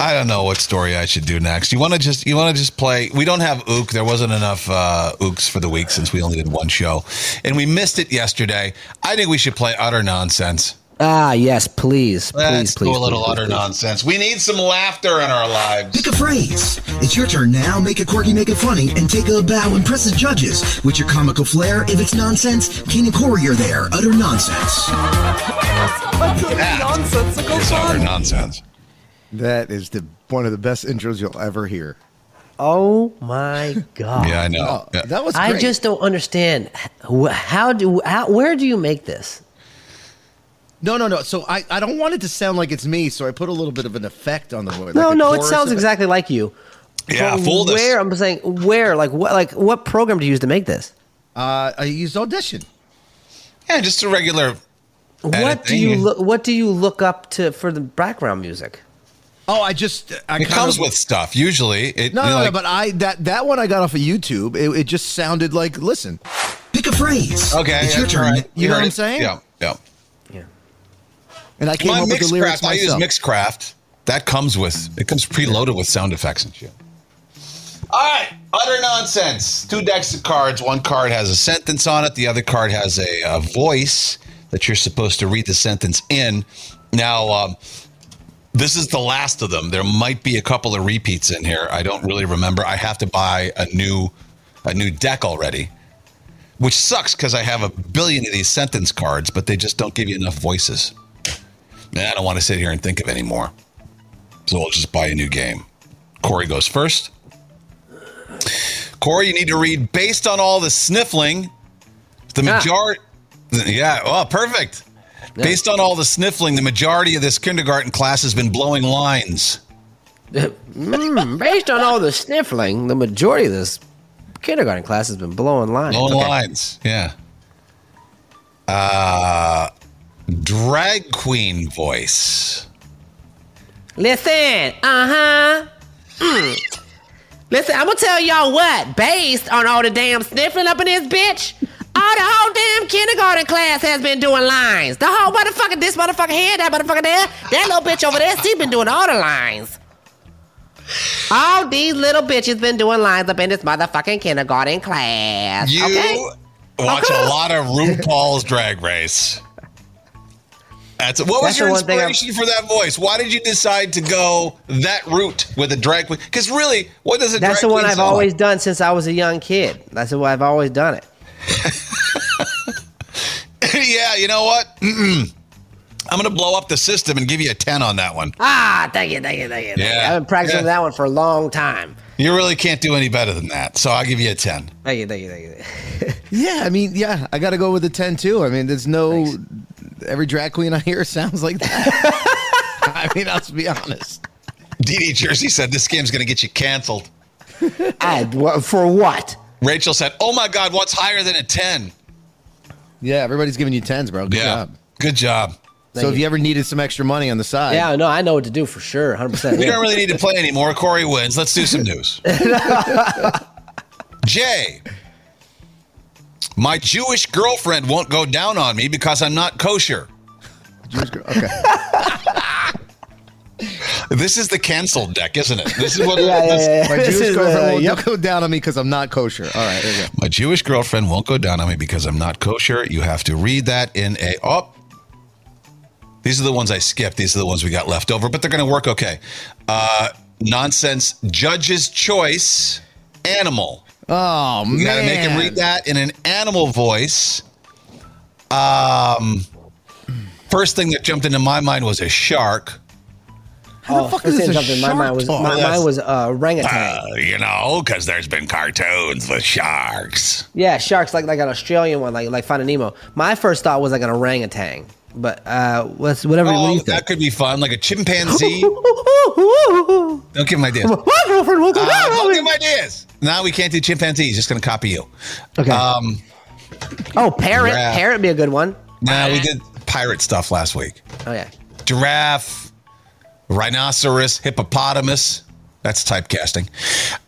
Speaker 3: I don't know what story I should do next. You want to just you want to just play. We don't have ook. There wasn't enough uh, ooks for the week since we only did one show, and we missed it yesterday. I think we should play utter nonsense.
Speaker 4: Ah, yes, please. Please,
Speaker 3: Let's
Speaker 4: please.
Speaker 3: do a little
Speaker 4: please,
Speaker 3: utter
Speaker 4: please.
Speaker 3: nonsense. We need some laughter in our lives.
Speaker 6: Pick a phrase. It's your turn now. Make it quirky, make it funny, and take a bow and press the judges. With your comical flair, if it's nonsense, Kane and Corey are there. Utter nonsense.
Speaker 3: Ah, It's utter nonsense.
Speaker 5: That is the one of the best intros you'll ever hear.
Speaker 4: Oh, my God.
Speaker 3: Yeah, I know.
Speaker 5: Oh,
Speaker 3: Yeah.
Speaker 5: that was. Great.
Speaker 4: I just don't understand. Wh- How do, how, where do you make this?
Speaker 5: no, no, no. So I, I don't want it to sound like it's me. So I put a little bit of an effect on the word.
Speaker 4: No,
Speaker 5: like a
Speaker 4: no, it
Speaker 5: chorus
Speaker 4: sounds
Speaker 5: effect.
Speaker 4: exactly like you.
Speaker 3: Yeah,
Speaker 4: But
Speaker 3: fool this.
Speaker 4: Where I'm saying where, like what, like what program do you use to make this?
Speaker 5: Uh, I used audition.
Speaker 3: yeah, just a regular.
Speaker 4: What do
Speaker 3: thing
Speaker 4: you
Speaker 3: is-
Speaker 4: look? What do you look up to for the background music?
Speaker 5: Oh, I just. I
Speaker 3: It
Speaker 5: kinda-
Speaker 3: comes with stuff usually. It,
Speaker 5: No, no,
Speaker 3: you know,
Speaker 5: no,
Speaker 3: like-
Speaker 5: but I that that one I got off of YouTube. It, it just sounded like listen.
Speaker 6: Pick a phrase.
Speaker 3: okay,
Speaker 6: It's your
Speaker 3: that's
Speaker 6: turn.
Speaker 3: all
Speaker 6: now.
Speaker 3: right.
Speaker 5: You know
Speaker 3: heard
Speaker 5: what I'm
Speaker 3: it.
Speaker 5: saying?
Speaker 3: Yeah, yeah.
Speaker 4: Yeah.
Speaker 5: And I came
Speaker 3: My
Speaker 5: up with the lyrics
Speaker 3: Mixcraft, I use
Speaker 5: myself.
Speaker 3: Mixcraft. That comes with it comes preloaded with sound effects and shit. All right, utter nonsense. Two decks of cards. One card has a sentence on it. The other card has a, uh voice that you're supposed to read the sentence in. Now, um, this is the last of them. There might be a couple of repeats in here. I don't really remember. I have to buy a new a new deck already, which sucks because I have a billion of these sentence cards, but they just don't give you enough voices. And I don't want to sit here and think of anymore. So I'll just buy a new game. Corey goes first. Corey, you need to read based on all the sniffling, the
Speaker 4: Ah.
Speaker 3: majority. Yeah, well, perfect. Based on all the sniffling, the majority of this kindergarten class has been blowing lines.
Speaker 4: Mm, based on all the sniffling, the majority of this kindergarten class has been blowing lines.
Speaker 3: Blowing
Speaker 4: Okay.
Speaker 3: lines. Yeah. Uh, drag queen voice.
Speaker 4: Listen, uh huh. Listen, I'm gonna tell y'all what. Based on all the damn sniffling up in this bitch, all the whole damn kindergarten class has been doing lines. The whole motherfucker, this motherfucker here, that motherfucker there, that little bitch over there, she been doing all the lines. All these little bitches been doing lines up in this motherfucking kindergarten class.
Speaker 3: You
Speaker 4: okay?
Speaker 3: watch a
Speaker 4: Okay.
Speaker 3: lot of RuPaul's Drag Race. That's what was
Speaker 4: That's
Speaker 3: your
Speaker 4: the one thing I'm-
Speaker 3: inspiration for that voice? Why did you decide to go that route with a drag queen? Because really, what does a drag
Speaker 4: That's the one
Speaker 3: queen
Speaker 4: I've
Speaker 3: sound
Speaker 4: always
Speaker 3: like?
Speaker 4: done since I was a young kid. That's the way I've always done it.
Speaker 3: yeah, you know what? Mm-mm. I'm gonna blow up the system and give you a ten on that one.
Speaker 4: Ah, thank you, thank you, thank you. thank you.
Speaker 3: Yeah,
Speaker 4: I've been practicing
Speaker 3: yeah.
Speaker 4: that one for a long time.
Speaker 3: You really can't do any better than that. So I'll give you a ten.
Speaker 4: Thank you, thank you, thank you.
Speaker 5: Yeah, I mean, yeah, I got to go with the 10 too. I mean, there's no every drag queen I hear sounds like that. I mean, I'll be honest.
Speaker 3: DD Jersey said this game's gonna get you canceled.
Speaker 4: I, wha- for what?
Speaker 3: Rachel said, "Oh my God, what's higher than a ten?
Speaker 5: Yeah, everybody's giving you 10s, bro. Good
Speaker 3: yeah,
Speaker 5: job.
Speaker 3: good job.
Speaker 5: So if you ever needed some extra money on the side,
Speaker 4: Yeah, no, I know what to do for sure, hundred percent.
Speaker 3: We don't really need to play anymore. Corey wins. Let's do some news. Jay, my Jewish girlfriend won't go down on me because I'm not kosher.
Speaker 5: Jewish girl- okay.
Speaker 3: This is the canceled deck, isn't it? This is what. this-
Speaker 5: My
Speaker 4: This
Speaker 5: Jewish
Speaker 4: is,
Speaker 5: girlfriend
Speaker 4: uh,
Speaker 5: won't
Speaker 4: yep.
Speaker 5: go down on me because I'm not kosher. All right, there you go.
Speaker 3: My Jewish girlfriend won't go down on me because I'm not kosher. You have to read that in a up. These are the ones I skipped. These are the ones we got left over, but they're going to work okay. Uh, nonsense. Judge's choice. Animal.
Speaker 5: Oh man,
Speaker 3: You gotta make him read that in an animal voice. Um, first thing that jumped into my mind was a shark.
Speaker 5: How the fuck is this a
Speaker 4: Oh, something. My
Speaker 5: shark
Speaker 4: mind was
Speaker 5: talk?
Speaker 4: my,
Speaker 3: that's-
Speaker 4: mine was uh, orangutan.
Speaker 3: Uh, you know, because there's been cartoons with sharks.
Speaker 4: Yeah, sharks like like an Australian one, like like Finding Nemo. My first thought was like an orangutan, but uh, what's whatever
Speaker 3: Oh,
Speaker 4: you
Speaker 3: that
Speaker 4: think.
Speaker 3: could be fun, like a chimpanzee.
Speaker 4: My
Speaker 3: Don't give him ideas. Uh,
Speaker 4: girlfriend won't go down on
Speaker 3: don't give
Speaker 4: me.
Speaker 3: him ideas. Now we can't do chimpanzee. He's just gonna copy you.
Speaker 4: Okay.
Speaker 3: Um,
Speaker 4: oh, parrot,
Speaker 3: Giraffe.
Speaker 4: parrot be a good one.
Speaker 3: now we did pirate stuff last week.
Speaker 4: Oh yeah.
Speaker 3: giraffe, rhinoceros, hippopotamus. That's typecasting.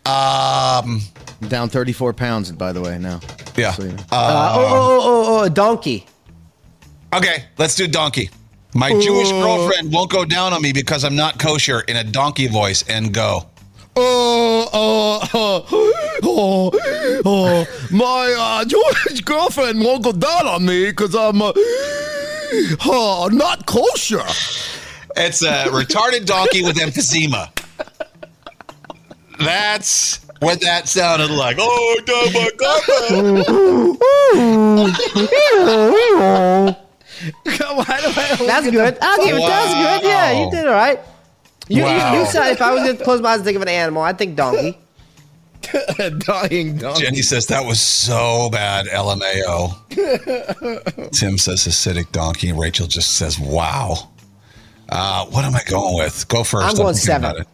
Speaker 3: Um,
Speaker 5: Down 34 pounds, by the way. Now,
Speaker 3: yeah.
Speaker 5: So, yeah.
Speaker 4: Uh, oh, oh, oh, oh, oh, donkey.
Speaker 3: Okay, let's do donkey. My Jewish girlfriend won't go down on me because I'm not kosher in a donkey voice and go.
Speaker 5: oh, oh, oh, oh, oh, my uh, Jewish girlfriend won't go down on me because I'm uh, oh, not kosher.
Speaker 3: It's a retarded donkey with emphysema. That's what that sounded like. Oh, da, ba, da, ba.
Speaker 5: Why do I?
Speaker 4: That's good. I'll give it. That's good. Yeah,
Speaker 3: Wow.
Speaker 4: you did all right. You,
Speaker 3: Wow.
Speaker 4: you, you said if I was going to close my eyes and think of an animal, I think donkey.
Speaker 5: a dying donkey.
Speaker 3: Jenny says that was so bad, LMAO. Tim says acidic donkey. Rachel just says, wow. Uh, what am I going with? Go first.
Speaker 4: I'm going
Speaker 3: thinking
Speaker 4: seven.
Speaker 3: about it.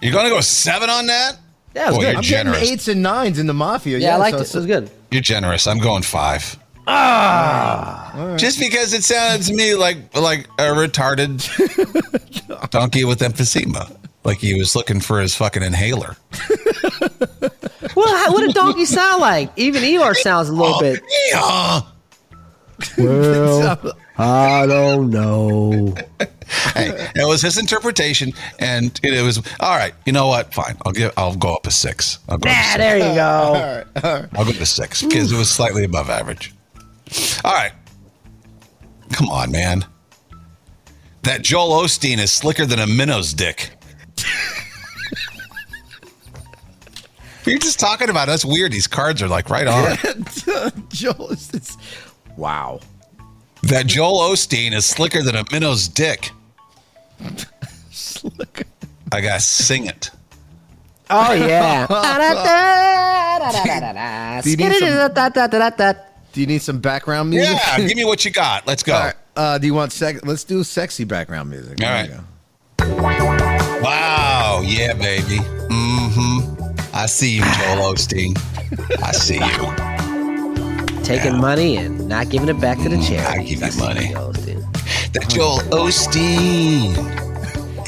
Speaker 3: You're going to go seven on that?
Speaker 4: Yeah, it was
Speaker 3: Boy,
Speaker 4: good.
Speaker 3: you're
Speaker 5: I'm getting
Speaker 3: generous.
Speaker 5: eights and nines in the mafia.
Speaker 4: Yeah, I liked
Speaker 5: so-
Speaker 4: it. It was good.
Speaker 3: You're generous. I'm going five. Ah, just because it sounded to me like like a retarded donkey with emphysema, like he was looking for his fucking inhaler.
Speaker 4: Well, how, what did donkey sound like? Even Eeyore sounds a
Speaker 3: Oh,
Speaker 4: little bit.
Speaker 3: Yeah.
Speaker 4: I don't know.
Speaker 3: Hey, it was his interpretation, and it was all right. You know what? Fine. I'll give. I'll go up a six. I'll go. Up a
Speaker 4: Ah,
Speaker 3: six.
Speaker 4: there you go.
Speaker 3: I'll go to six because it was slightly above average. All right. Come on, man. That Joel Osteen is slicker than a minnow's dick. You're just talking about it. that's weird. These cards are like right on.
Speaker 5: Joel, it's, it's, wow.
Speaker 3: that Joel Osteen is slicker than a minnow's dick.
Speaker 5: Look,
Speaker 3: I gotta sing it.
Speaker 4: Oh yeah.
Speaker 5: Do you need some- do you need some background music?
Speaker 3: Yeah, give me what you got. Let's go.
Speaker 5: All right, uh, do you want sex? Let's do sexy background music.
Speaker 3: All
Speaker 5: There
Speaker 3: right.
Speaker 5: you go.
Speaker 3: Wow, yeah, baby. Mm-hmm. I see you, Joel Osteen. I see you.
Speaker 4: Taking money and not giving it back to the charity.
Speaker 3: I give you money.
Speaker 4: dude.
Speaker 3: That Joel Osteen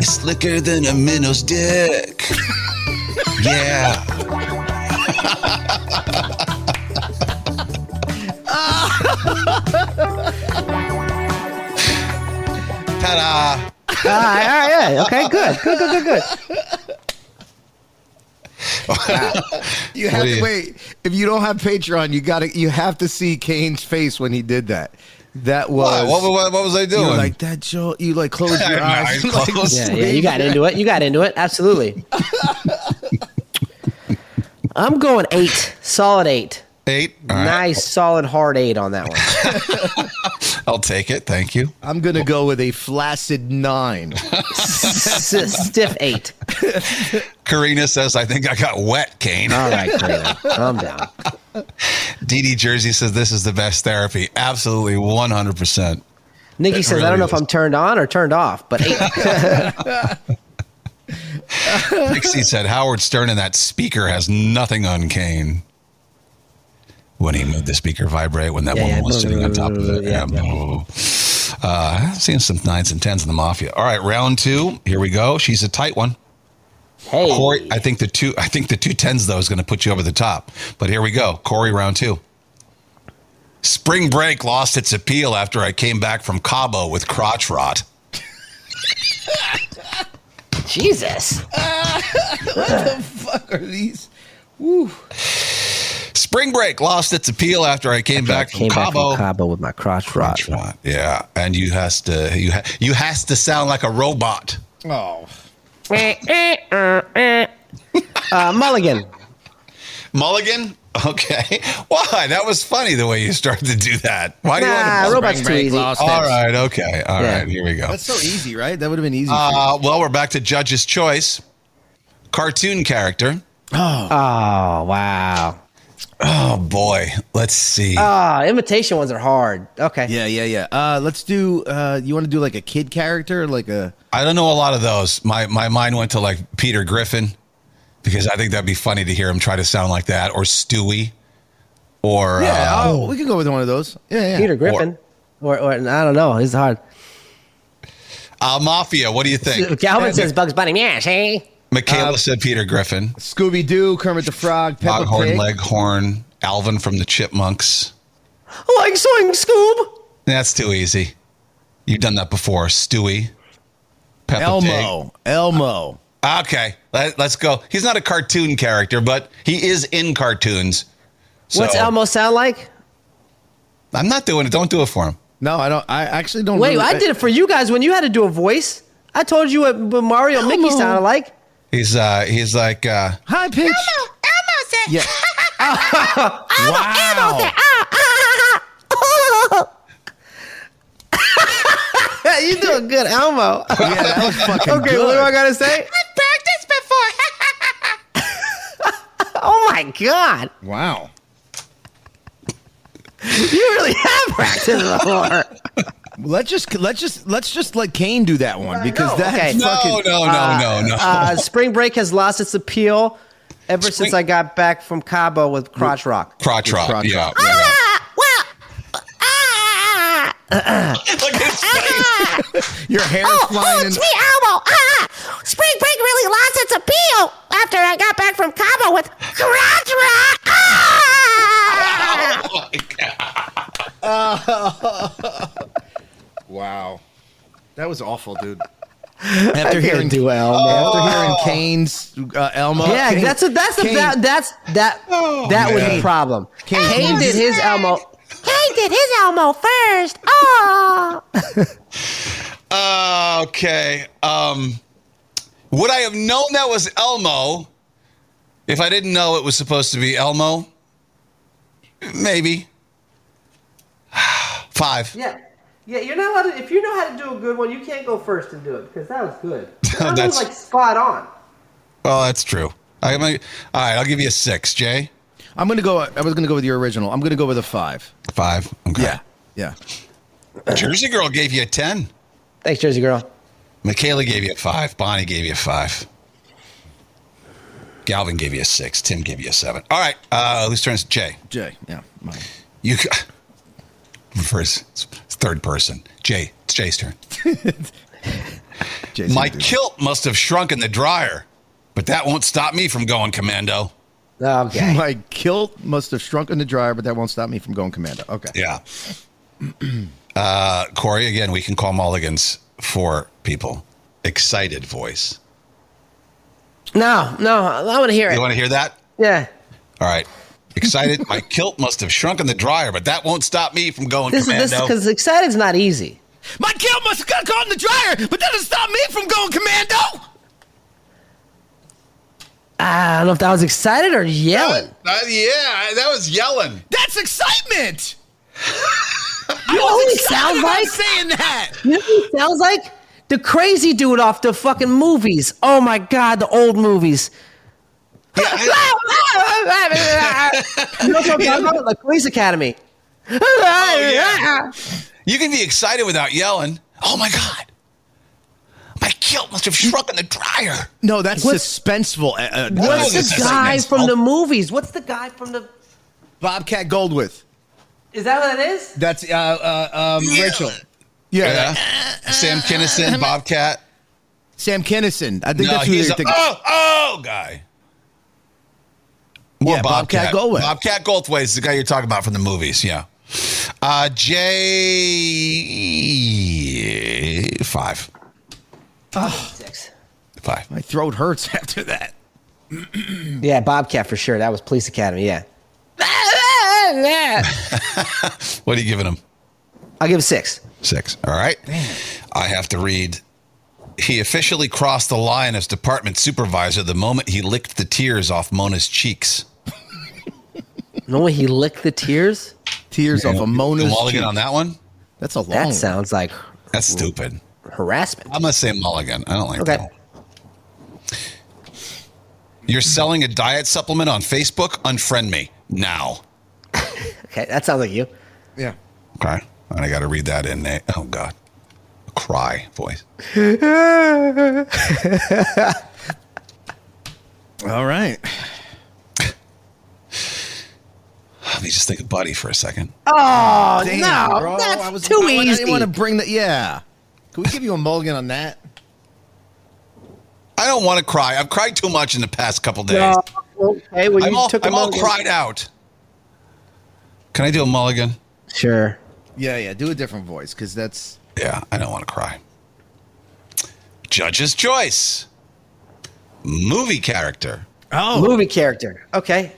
Speaker 3: is slicker than a minnow's dick. yeah. Ta-da!
Speaker 4: All right, Ah, all right, yeah. Okay, good, good, good, good, good.
Speaker 5: You have
Speaker 3: do
Speaker 5: to
Speaker 3: you-
Speaker 5: wait. If you don't have Patreon, you got to you have to see Kane's face when he did that. That
Speaker 3: What?
Speaker 5: was
Speaker 3: What, what, what was I
Speaker 5: you
Speaker 3: doing?
Speaker 5: were like that show. You like closed your
Speaker 3: My
Speaker 5: eyes.
Speaker 3: eyes
Speaker 5: like,
Speaker 3: closed.
Speaker 4: Yeah, yeah, you got into it. You got into it. Absolutely. I'm going eight, solid eight.
Speaker 3: Eight. All right.
Speaker 4: Nice, solid, hard eight on that one.
Speaker 3: I'll take it. Thank you.
Speaker 5: I'm gonna go with a flaccid nine.
Speaker 4: S- stiff eight.
Speaker 3: Karina says, I think I got wet, Kane.
Speaker 4: All right, Karina, calm down.
Speaker 3: Dee Dee Jersey says, This is the best therapy. Absolutely 100%.
Speaker 4: Nikki
Speaker 3: It
Speaker 4: says,
Speaker 3: really
Speaker 4: I don't know
Speaker 3: is.
Speaker 4: if I'm turned on or turned off, but eight.
Speaker 3: Pixie said, Howard Stern and that speaker has nothing on Kane. When he made the speaker vibrate, when that
Speaker 4: Yeah,
Speaker 3: woman
Speaker 4: yeah.
Speaker 3: was sitting on top of it.
Speaker 4: Yeah,
Speaker 3: Yeah. Uh, I've seen some nines and tens in the mafia. All right, round two. Here we go. She's a tight one.
Speaker 4: hey,
Speaker 3: Corey, I think the two, I think the two tens though is going to put you over the top. But here we go, Corey, round two. Spring break lost its appeal after I came back from Cabo with crotch rot.
Speaker 4: Jesus.
Speaker 5: Fuck are these?
Speaker 3: Spring break lost its appeal after I came back from
Speaker 4: Came back
Speaker 3: Cabo.
Speaker 4: from Cabo with my crotch rot.
Speaker 3: Crotch rot. Yeah, and you has to you ha- you has to sound like a robot.
Speaker 5: Oh,
Speaker 4: Uh, Mulligan.
Speaker 3: Mulligan. Okay, why? That was funny the way you started to do that. Why do you
Speaker 4: Nah,
Speaker 3: want to?
Speaker 4: robot's too
Speaker 5: break
Speaker 4: easy.
Speaker 5: lost.
Speaker 3: All right. Okay. All right.
Speaker 4: Yeah.
Speaker 3: Here we go.
Speaker 5: that's so easy, right? That would have been easy. for you.
Speaker 3: Uh, well, we're back to Judge's Choice. Cartoon character.
Speaker 4: Oh wow.
Speaker 3: Oh, boy. Let's see.
Speaker 4: Ah, imitation ones are hard. Okay.
Speaker 5: yeah, yeah, yeah. Uh, let's do. Uh, you want to do like a kid character, like a?
Speaker 3: I don't know a lot of those. My, my mind went to like Peter Griffin because I think that'd be funny to hear him try to sound like that or Stewie or.
Speaker 5: Yeah.
Speaker 3: uh,
Speaker 5: oh, we can go with one of those. Yeah, yeah.
Speaker 4: Peter Griffin. Or, or, I don't know. It's hard.
Speaker 3: uh, Mafia. What do you think?
Speaker 4: Calvin says Bugs Bunny. Yeah, see.
Speaker 3: Michaela said Peter Griffin.
Speaker 5: Scooby Doo, Kermit the Frog, Peppa
Speaker 3: Foghorn
Speaker 5: Pig.
Speaker 3: Leghorn. Alvin from the Chipmunks.
Speaker 4: Like swing Scoob.
Speaker 3: That's too easy. You've done that before. Stewie. Peppa Pig.
Speaker 5: Elmo, Elmo.
Speaker 3: Okay, let, us go. He's not a cartoon character, but he is in cartoons. So-
Speaker 4: What's Elmo sound like?
Speaker 3: I'm not doing it. Don't do it for him.
Speaker 5: No, I don't. I actually don't.
Speaker 4: Wait,
Speaker 5: really-
Speaker 4: I did it for you guys when you had to do a voice. I told you what what Mario and Mickey sounded like.
Speaker 3: He's uh, he's like uh,
Speaker 5: High pitch. Elmo, Elmo said. Yeah. wow.
Speaker 4: you doing good, Elmo. okay,
Speaker 5: Yeah, that was fucking
Speaker 4: what do
Speaker 5: good.
Speaker 4: I gotta say?
Speaker 2: Practice before.
Speaker 4: Oh my god,
Speaker 5: wow.
Speaker 4: you really have practiced before.
Speaker 5: Let's just let's just let's just let Kane do that one because
Speaker 4: no,
Speaker 5: that
Speaker 4: okay.
Speaker 3: no,
Speaker 5: fucking
Speaker 3: no, no, no, no.
Speaker 4: Uh, spring break has lost its appeal ever since
Speaker 3: Spring-
Speaker 4: I got back from Cabo with crotch rock.
Speaker 3: crotch rock.
Speaker 5: crotch
Speaker 3: yeah.
Speaker 5: rock.
Speaker 3: yeah, yeah.
Speaker 2: Ah!
Speaker 3: Look at his face.
Speaker 5: your hair is
Speaker 2: Oh, oh,
Speaker 5: flying. in-
Speaker 2: it's me, Elmo. Ah! Spring break really lost its appeal after I got back from Cabo with crotch rock. Ah!
Speaker 3: Oh, my God.
Speaker 5: Wow, that was awful, dude. After hearing
Speaker 4: do well,
Speaker 5: after hearing
Speaker 4: Oh.
Speaker 5: Kane's uh, Elmo.
Speaker 4: Yeah,
Speaker 5: Kane-
Speaker 4: that's a, that's the
Speaker 5: Kane-
Speaker 4: that, that's that that was the
Speaker 3: man.
Speaker 4: problem. Kane, did his Elmo.
Speaker 2: Kane did his Elmo first. Oh.
Speaker 3: Uh, okay. Um, would I have known that was Elmo if I didn't know it was supposed to be Elmo? Maybe. Five.
Speaker 4: Yeah. Yeah, you're not allowed to, if you know how to do a good one, you can't go first and do it because that was good. That
Speaker 3: That's-
Speaker 4: was like spot on.
Speaker 3: Well, that's true. I, I, all right, I'll give you a six, Jay.
Speaker 5: I'm gonna go. I was gonna go with your original. I'm gonna go with a five.
Speaker 3: Five. Okay.
Speaker 5: yeah.
Speaker 3: Jersey Girl gave you a 10.
Speaker 4: Thanks, Jersey Girl.
Speaker 3: Michaela gave you a 5. Bonnie gave you a 5. Galvin gave you a 6. Tim gave you a 7. All right. Uh, whose turn is it? Jay?
Speaker 5: Jay, yeah. Mine.
Speaker 3: You first, it's third person. Jay, it's Jay's turn.
Speaker 5: Jay's
Speaker 3: My
Speaker 5: gonna do
Speaker 3: kilt must have shrunk in the dryer, but that won't stop me from going commando.
Speaker 5: it.
Speaker 4: Okay.
Speaker 5: My kilt must have shrunk in the dryer, but that won't stop me from going commando. Okay.
Speaker 3: Yeah. Uh, Corey, again, we can call mulligans for people. Excited voice.
Speaker 4: No, no, I want to hear it.
Speaker 3: You want to hear that?
Speaker 4: yeah.
Speaker 3: All right. Excited, my kilt must have shrunk in the dryer, but that won't stop me from going
Speaker 4: This is this
Speaker 3: commando.
Speaker 4: because excited's not easy.
Speaker 5: My kill must have got caught in the dryer, but that doesn't stop me from going commando.
Speaker 4: I don't know if that was excited or yelling.
Speaker 3: Uh, yeah, that was yelling.
Speaker 5: That's excitement.
Speaker 4: You know who he sounds
Speaker 5: about
Speaker 4: like?
Speaker 5: saying that.
Speaker 4: You know who he sounds like? The crazy dude off the fucking movies. Oh my god, the old movies.
Speaker 3: Yeah, I-
Speaker 4: you know what I'm talking about? The police academy.
Speaker 3: Oh, yeah. you can be excited without yelling. Oh my god, my kilt must have shrunk in the dryer.
Speaker 5: No, that's
Speaker 4: What's-
Speaker 5: suspenseful. Uh, uh,
Speaker 4: What's
Speaker 3: Oh, this
Speaker 4: the
Speaker 3: is
Speaker 4: guy
Speaker 3: nice.
Speaker 4: from the movies? What's the guy from the?
Speaker 5: Bobcat Goldwith.
Speaker 4: Is that what it is?
Speaker 5: That's uh, uh, um, Rachel. Yeah,
Speaker 3: Yeah. Sam Kinison, Bobcat.
Speaker 5: Sam Kennison. I think
Speaker 3: no,
Speaker 5: that's who
Speaker 3: he's
Speaker 5: you're
Speaker 3: a,
Speaker 5: thinking.
Speaker 3: oh oh guy. More
Speaker 5: Yeah, Bobcat Goldthwait.
Speaker 3: Bobcat Goldthwait is the guy you're talking about from the movies. Yeah. Uh, J five
Speaker 4: Six.
Speaker 3: five.
Speaker 5: My throat hurts after that.
Speaker 4: Yeah, Bobcat for sure. That was police academy. Yeah,
Speaker 3: What are you giving him?
Speaker 4: I'll give it six.
Speaker 3: Six. All right. I have to read. He officially crossed the line as department supervisor the moment he licked the tears off Mona's cheeks.
Speaker 4: You know when he licked the tears?
Speaker 5: Tears off a
Speaker 3: The
Speaker 5: Mona's
Speaker 3: mulligan
Speaker 5: cheek.
Speaker 3: on that one?
Speaker 5: That's a long.
Speaker 4: That
Speaker 3: Oh.
Speaker 5: one.
Speaker 4: sounds like
Speaker 3: That's stupid.
Speaker 4: harassment.
Speaker 3: I'm going to say mulligan. I don't like
Speaker 4: Okay.
Speaker 3: that one. You're selling a diet supplement on Facebook? Unfriend me now.
Speaker 4: Okay, that sounds like you.
Speaker 5: Yeah.
Speaker 3: Okay. And I got to read that in. there. Oh, God. A cry voice.
Speaker 5: All right.
Speaker 3: Let me just think of Buddy for a second.
Speaker 4: Oh no, that's too
Speaker 5: I, I
Speaker 4: easy.
Speaker 5: didn't want to bring that. Yeah. Can we give you a mulligan on that?
Speaker 3: I don't want to cry. I've cried too much in the past couple days.
Speaker 4: Oh, okay, well
Speaker 3: I'm
Speaker 4: you
Speaker 3: all,
Speaker 4: took
Speaker 3: I'm
Speaker 4: him
Speaker 3: all
Speaker 4: out.
Speaker 3: cried out. Can I do a mulligan?
Speaker 4: Sure.
Speaker 5: Yeah, yeah. Do a different voice because that's.
Speaker 3: Yeah, I don't want to cry. Judge's choice. Movie character.
Speaker 5: Oh.
Speaker 4: Movie character. Okay.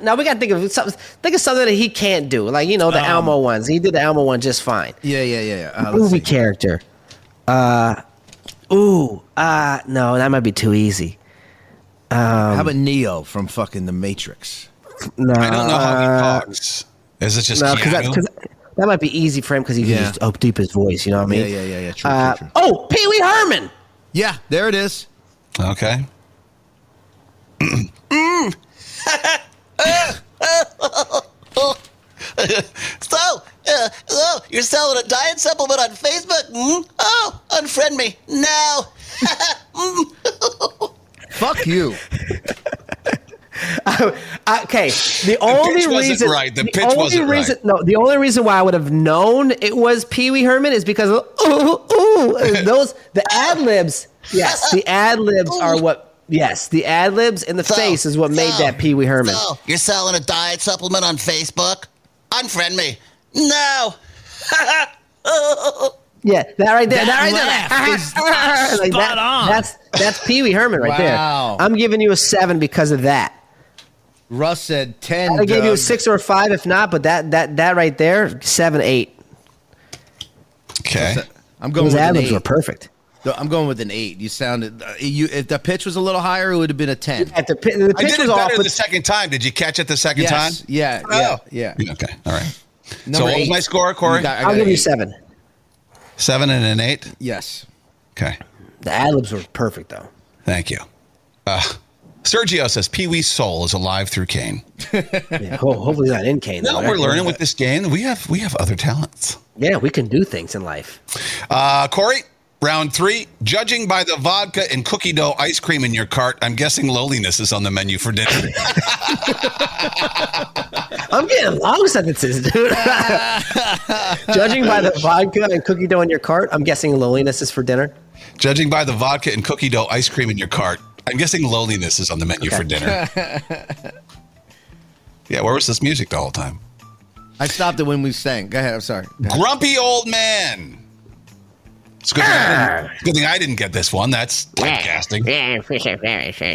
Speaker 4: now we gotta think of something. Think of something that he can't do. Like you know the Elmo ones. He did the Elmo one just fine.
Speaker 5: Yeah, yeah, yeah. yeah. Uh, Um. let's
Speaker 4: Movie
Speaker 5: see.
Speaker 4: character. Uh, ooh. Uh, no, that might be too easy.
Speaker 5: How about Neo from fucking The Matrix?
Speaker 4: No,
Speaker 3: I don't know how he talks. Is it just
Speaker 4: Uh, no, because
Speaker 3: Keanu?
Speaker 4: that, 'cause that might be easy for him because he can
Speaker 5: Yeah.
Speaker 4: just up deep his voice. You know what I
Speaker 5: Yeah,
Speaker 4: mean?
Speaker 5: yeah, yeah, yeah. True,
Speaker 4: Uh,
Speaker 5: true, true.
Speaker 4: Oh, Pee Wee Herman.
Speaker 5: Yeah, there it is.
Speaker 3: Okay.
Speaker 7: Mm. So, uh, oh, you're selling a diet supplement on Facebook? Mm? Oh, unfriend me now.
Speaker 5: Fuck you.
Speaker 4: Okay, the only
Speaker 3: pitch wasn't
Speaker 4: reason
Speaker 3: right. The pitch wasn't right.
Speaker 4: reason, No, the only reason why I would have known it was Pee Wee Herman is because of, ooh ooh those the ad libs. Yes, the ad libs are what. Yes, the ad libs in the face is what made
Speaker 7: so-
Speaker 4: that Pee Wee Herman.
Speaker 7: So, you're selling a diet supplement on Facebook? Unfriend me now.
Speaker 4: Yeah, that right there, that,
Speaker 5: That
Speaker 4: right
Speaker 5: laugh
Speaker 4: there,
Speaker 5: is
Speaker 4: Like that-
Speaker 5: spot on.
Speaker 4: That's that's Pee Wee Herman right
Speaker 5: Wow.
Speaker 4: there. I'm giving you a seven because of that.
Speaker 5: Russ said 10.
Speaker 4: I gave you a
Speaker 5: Doug.
Speaker 4: six or a five if not, but that that that right there, seven eight.
Speaker 3: Okay.
Speaker 5: I'm going
Speaker 4: Those
Speaker 5: with
Speaker 4: ad
Speaker 5: an
Speaker 4: libs
Speaker 5: eight.
Speaker 4: were perfect.
Speaker 5: No, I'm going with an eight. You sounded. Uh, you, if the pitch was a little higher, it would have been a 10.
Speaker 4: At the, pi- the
Speaker 3: I
Speaker 4: pitch
Speaker 3: did it
Speaker 4: was off,
Speaker 3: better
Speaker 4: but
Speaker 3: the second time. Did you catch it the second
Speaker 5: Yes.
Speaker 3: time?
Speaker 5: Yeah, yeah,
Speaker 3: Oh.
Speaker 5: yeah.
Speaker 3: Okay. All right. so,
Speaker 5: Number
Speaker 3: what was
Speaker 5: eight.
Speaker 3: my score, Corey?
Speaker 5: You got- I got
Speaker 4: I'll give
Speaker 5: an
Speaker 4: you
Speaker 5: eight.
Speaker 4: seven.
Speaker 3: Seven and an eight?
Speaker 5: Yes.
Speaker 3: Okay.
Speaker 4: The ad libs were perfect though.
Speaker 3: Thank you. Uh, Sergio says Pee Wee's soul is alive through Kane.
Speaker 4: Yeah, ho- hopefully not in Kane.
Speaker 3: No,
Speaker 4: though.
Speaker 3: we're learning with this game. We have we have other talents.
Speaker 4: Yeah, we can do things in life.
Speaker 3: Uh, Corey, round three. Judging by the vodka and cookie dough ice cream in your cart, I'm guessing loneliness is on the menu for dinner.
Speaker 4: I'm getting long sentences, dude. Judging by the vodka and cookie dough in your cart, I'm guessing loneliness is for dinner.
Speaker 3: Judging by the vodka and cookie dough ice cream in your cart, I'm guessing loneliness is on the menu for dinner. yeah, where was this music the whole time?
Speaker 5: I stopped it when we sang. Go ahead. I'm sorry.
Speaker 3: Grumpy old man. It's a good, thing I didn't- it's a good thing I didn't get this one. That's typecasting.
Speaker 2: Yeah, for sure, very sure.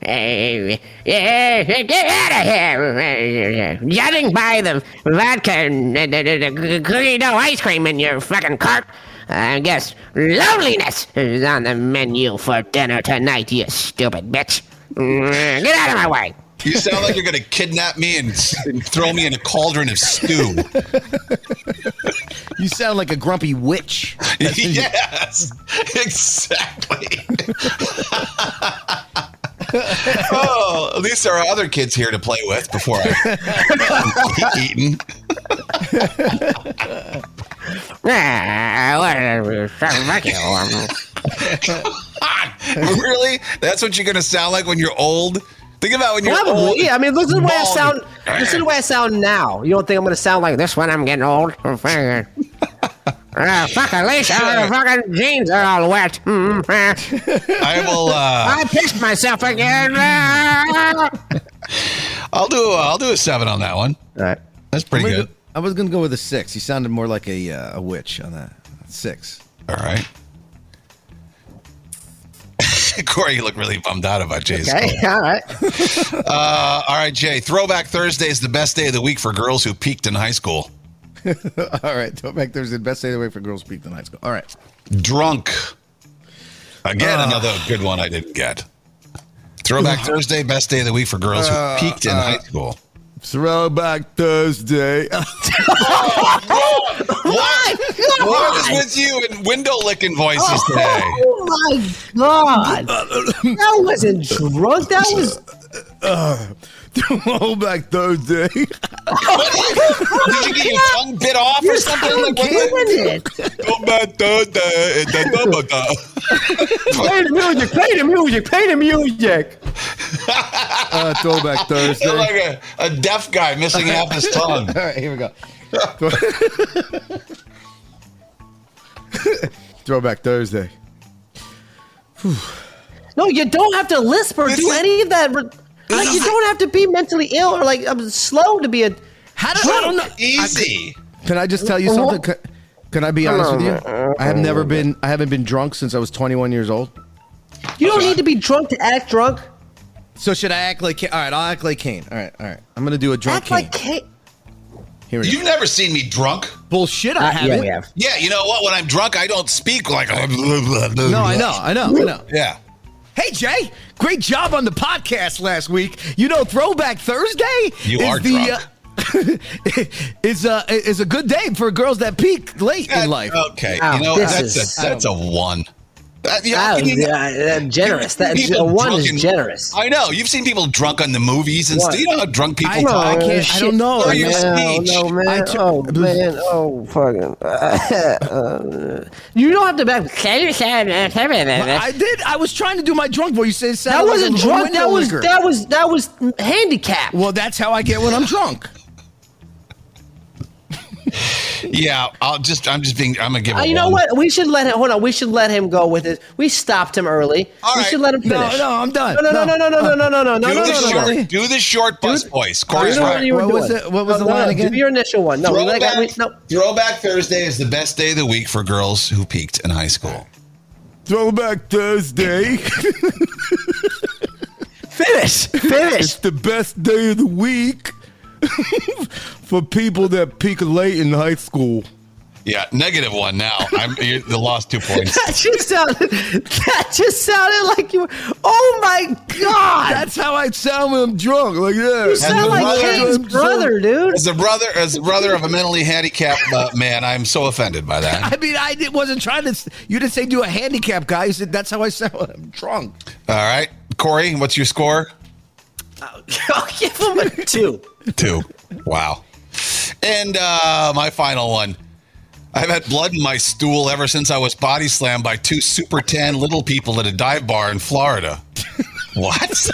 Speaker 2: Uh, yeah, get out of here! Jutting by the vodka and the, the, the, the cookie dough ice cream in your fucking cart. I guess loneliness is on the menu for dinner tonight, you stupid bitch. Mm, Get out of my way!
Speaker 3: You sound like you're going to kidnap me and, and throw me in a cauldron of stew.
Speaker 5: You sound like a grumpy witch.
Speaker 3: yes, exactly. oh, at least there are other kids here to play with before I eaten.
Speaker 2: Ah, what a- so fuck you.
Speaker 3: really? That's what you're going to sound like when you're old? Think about when you're old.
Speaker 4: Probably, yeah. I mean, look at the way I
Speaker 3: bald.
Speaker 4: sound. This is the way I sound now. You don't think I'm gonna sound like this when I'm getting old? Ah, fuck, at least uh, fucking jeans are all wet. Mm, ah.
Speaker 3: I will. Uh,
Speaker 2: I pissed myself again. Ah.
Speaker 3: I'll do. I'll do a seven on that one.
Speaker 4: All right.
Speaker 3: That's pretty
Speaker 5: I'm gonna
Speaker 3: good.
Speaker 5: go- I was gonna go with a six. You sounded more like a uh, a witch on that six.
Speaker 3: All right. Corey, you look really bummed out about Jay's.
Speaker 4: Okay. All right.
Speaker 3: Uh, all right, Jay. Throwback Thursday is the best day of the week for girls who peaked in high school.
Speaker 5: All right, Throwback Thursday, the best day of the way for girls to peak in high school. All right,
Speaker 3: Drunk. Again, another good one I didn't get. Throwback Thursday, best day of the week for girls who peaked in high school.
Speaker 5: Throwback Thursday.
Speaker 3: What? What is with you and window licking voices today?
Speaker 4: Oh my god! That wasn't drunk. That was
Speaker 5: Throwback Thursday.
Speaker 3: Did you get your tongue bit off or something? Like, what the-
Speaker 4: it.
Speaker 3: Throwback Thursday, da, da, da, da.
Speaker 4: Play the music. Play the music. Play the music.
Speaker 5: Uh, throwback Thursday.
Speaker 3: You're like a, a deaf guy missing half his tongue.
Speaker 5: All right, here we go. Throwback Thursday.
Speaker 4: No, you don't have to lisp or do any of that. Like you don't have to be mentally ill or like um, slow to be a.
Speaker 5: How do
Speaker 4: I don't know-
Speaker 3: Easy.
Speaker 5: Can I just tell you something? Can, can I be honest with you? I have never been. I haven't been drunk since I was 21 years old.
Speaker 4: You don't need to be drunk to act drunk.
Speaker 5: So should I act like? All right, I'll act like Kane. All right, all right. I'm gonna do a drunk
Speaker 4: Act like Kate.
Speaker 5: Here we
Speaker 3: You've never seen me drunk.
Speaker 5: Bullshit, I haven't.
Speaker 4: Uh, Yeah, we have.
Speaker 3: Yeah, you know what? When I'm drunk, I don't speak like. No,
Speaker 5: No, I know, I know, I know.
Speaker 3: Yeah.
Speaker 5: Hey Jay, great job on the podcast last week. You know, Throwback Thursday
Speaker 3: You are drunk.
Speaker 5: uh, is a is a good day for girls that peak late in life.
Speaker 3: Okay.
Speaker 4: Wow,
Speaker 3: you know,
Speaker 4: this
Speaker 3: that's,
Speaker 4: is-
Speaker 3: a, that's a one. That- yeah,
Speaker 4: That
Speaker 3: I
Speaker 4: was,
Speaker 3: mean,
Speaker 4: uh, uh, generous. That
Speaker 3: people
Speaker 4: uh, one
Speaker 3: drunk
Speaker 4: is
Speaker 3: in-
Speaker 4: generous.
Speaker 3: I know. You've seen people drunk on the movies and
Speaker 4: What?
Speaker 3: stuff. You know how drunk people
Speaker 5: I know,
Speaker 3: talk.
Speaker 5: I can't- I
Speaker 4: Oh, shit.
Speaker 5: don't know.
Speaker 4: Oh,
Speaker 5: Or
Speaker 3: your
Speaker 4: man,
Speaker 3: speech.
Speaker 4: oh, no,
Speaker 5: I
Speaker 4: man.
Speaker 5: took-
Speaker 4: oh, man. Oh, fucking. uh, you don't have to back.
Speaker 5: I did. I was trying to do my drunk voice. You said it
Speaker 4: That
Speaker 5: sounded like
Speaker 4: wasn't
Speaker 5: a
Speaker 4: drunk.
Speaker 5: window
Speaker 4: That was
Speaker 5: licker.
Speaker 4: that was that was handicap.
Speaker 5: Well, that's how I get when I'm drunk.
Speaker 3: Yeah, I'll just. I'm just being. I'm gonna give.
Speaker 4: Uh,
Speaker 3: it
Speaker 4: you know
Speaker 3: one.
Speaker 4: what? We should let him. Hold on. We should let him go with it. We stopped him early.
Speaker 3: All
Speaker 4: we
Speaker 3: right.
Speaker 4: should let him finish.
Speaker 5: No, no, I'm done.
Speaker 4: No, no, no, no, no, no, no, no, no, no,
Speaker 3: Do
Speaker 4: no,
Speaker 3: the
Speaker 4: no, no,
Speaker 3: short.
Speaker 4: no.
Speaker 3: Do the short bus voice.
Speaker 4: Do
Speaker 3: Corey's
Speaker 4: the one
Speaker 3: right.
Speaker 4: you were
Speaker 5: What was
Speaker 4: doing.
Speaker 5: it- what was
Speaker 4: No,
Speaker 5: the
Speaker 4: no,
Speaker 5: line
Speaker 4: no,
Speaker 5: again?
Speaker 4: Do your initial one. No, we like
Speaker 3: Throwback,
Speaker 4: we, no.
Speaker 3: Throwback Thursday is the best day of the week for girls who peaked in high school.
Speaker 5: Throwback Thursday.
Speaker 4: Finish. Finish.
Speaker 5: the best day of the week for people that peak late in high school.
Speaker 3: Yeah, negative one now. I'm you the lost two points.
Speaker 4: That just sounded. That just sounded like you. Were, oh my god!
Speaker 5: That's how I sound when I'm drunk. Like yeah,
Speaker 4: you sound like
Speaker 3: brother-
Speaker 4: Kane's brother, dude.
Speaker 3: As a brother, as a brother of a mentally handicapped uh, man, I'm so offended by that.
Speaker 5: I mean, I did, wasn't trying to. s- You didn't say do a handicap, guy. You said that's how I sound. when I'm drunk.
Speaker 3: All right, Corey, what's your score?
Speaker 4: I'll give him a two.
Speaker 3: Two. Wow. And uh, my final one. I've had blood in my stool ever since I was body slammed by two super tan little people at a dive bar in Florida. What?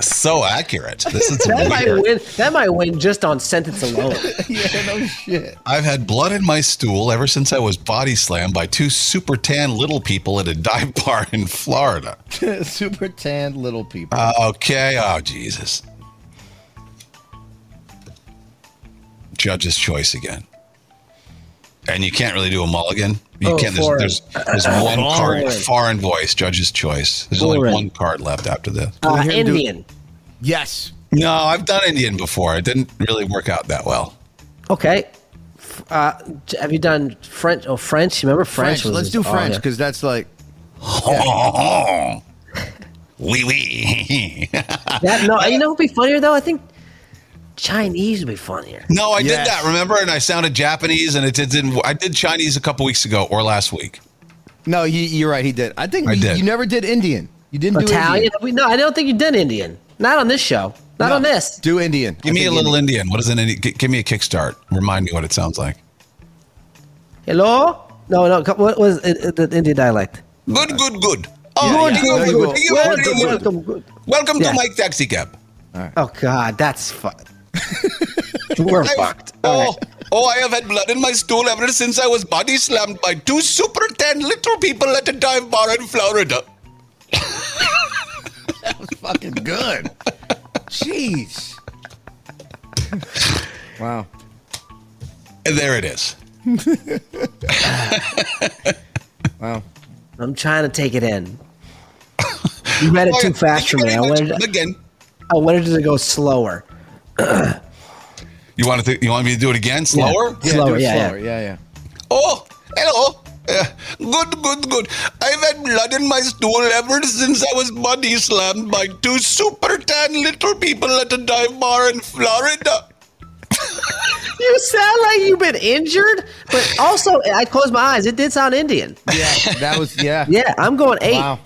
Speaker 3: so accurate. This is
Speaker 4: That might
Speaker 3: weird.
Speaker 4: win. That might win just on sentence alone.
Speaker 5: Yeah, no shit.
Speaker 3: I've had blood in my stool ever since I was body slammed by two super tan little people at a dive bar in Florida.
Speaker 5: Super tanned little people.
Speaker 3: Uh, okay. Oh, Jesus. Judge's choice again. and you can't really do a mulligan. You
Speaker 4: Oh,
Speaker 3: can't. There's, there's, there's one card,
Speaker 4: Foreign.
Speaker 3: foreign voice, judge's choice. There's only
Speaker 4: Foreign.
Speaker 3: one card left after this.
Speaker 4: Uh,
Speaker 5: hear him do-
Speaker 4: Indian.
Speaker 5: Yes.
Speaker 3: No, I've done Indian before. It didn't really work out that well.
Speaker 4: Okay. F- Uh, j- have you done French? Oh, French. Remember French?
Speaker 5: French.
Speaker 4: was-
Speaker 5: Let's do
Speaker 4: oh,
Speaker 5: French
Speaker 4: yeah.
Speaker 5: because that's like
Speaker 3: Wee wee.
Speaker 4: That, no, you know what would be funnier though? I think Chinese would be funnier.
Speaker 3: no, I
Speaker 5: Yes.
Speaker 3: did that. Remember, and I sounded Japanese, and it did, didn't. I did Chinese a couple weeks ago or last week.
Speaker 5: no. You, you're right. He did. I think
Speaker 3: I
Speaker 5: you,
Speaker 3: did.
Speaker 5: you never did Indian. You didn't do
Speaker 4: Italian?
Speaker 5: Indian.
Speaker 4: Have we- no, I don't think you've done Indian. Not on this show. Not
Speaker 5: No,
Speaker 4: on this.
Speaker 5: Do Indian.
Speaker 3: Give
Speaker 5: I
Speaker 3: me a
Speaker 5: think
Speaker 3: little Indian. What is an Indian? G- give me a kickstart. Remind me what it sounds like.
Speaker 4: Hello? No, no. co- What was it, it- the Indian dialect?
Speaker 3: Good, good, good.
Speaker 5: Yeah,
Speaker 3: Oh,
Speaker 5: yeah.
Speaker 3: you-
Speaker 5: Very
Speaker 3: you-
Speaker 5: good.
Speaker 3: you-
Speaker 4: Welcome,
Speaker 3: you-
Speaker 4: welcome. good.
Speaker 3: Welcome
Speaker 4: Yeah.
Speaker 3: to my taxi cab.
Speaker 4: Oh God, that's fun. We're
Speaker 3: I-
Speaker 4: fucked. All
Speaker 3: Oh,
Speaker 4: right.
Speaker 3: oh, I have had blood in my stool ever since I was body slammed by two super tan little people at a dive bar in Florida.
Speaker 5: fucking good. Jeez. Wow.
Speaker 3: And there it is.
Speaker 5: Wow.
Speaker 4: I'm trying to take it in. You read it
Speaker 3: Oh, yeah.
Speaker 4: too
Speaker 3: Thank
Speaker 4: fast for
Speaker 3: you
Speaker 4: me. I
Speaker 3: very much.
Speaker 4: wanted,
Speaker 3: Again.
Speaker 4: I wanted it to go slower.
Speaker 3: You want, to you want me to do it again, slower?
Speaker 5: Yeah,
Speaker 4: Slower,
Speaker 5: do it
Speaker 4: yeah, yeah.
Speaker 5: slower. yeah, yeah.
Speaker 3: Oh, hello. Uh, good, good, good. I've had blood in my stool ever since I was body slammed by two super tan little people at a dive bar in Florida.
Speaker 4: You sound like you've been injured, but also I closed my eyes. It did sound Indian.
Speaker 5: Yeah, that was yeah.
Speaker 4: Yeah, I'm going eight.
Speaker 5: Wow.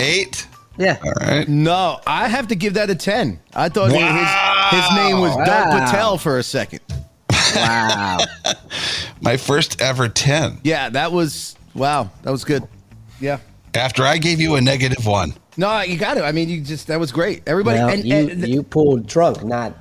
Speaker 3: Eight.
Speaker 4: Yeah.
Speaker 5: No, I have to give that a ten. I thought his his name was Doug
Speaker 4: Wow.
Speaker 5: Patel for a second.
Speaker 4: Wow.
Speaker 3: My first ever 10.
Speaker 5: Yeah, that was wow. That was good. Yeah.
Speaker 3: After I gave you a negative one.
Speaker 5: No, you got it. I mean, you just that was great. Everybody
Speaker 4: well,
Speaker 5: and,
Speaker 4: you,
Speaker 5: and-
Speaker 4: you pulled drunk, not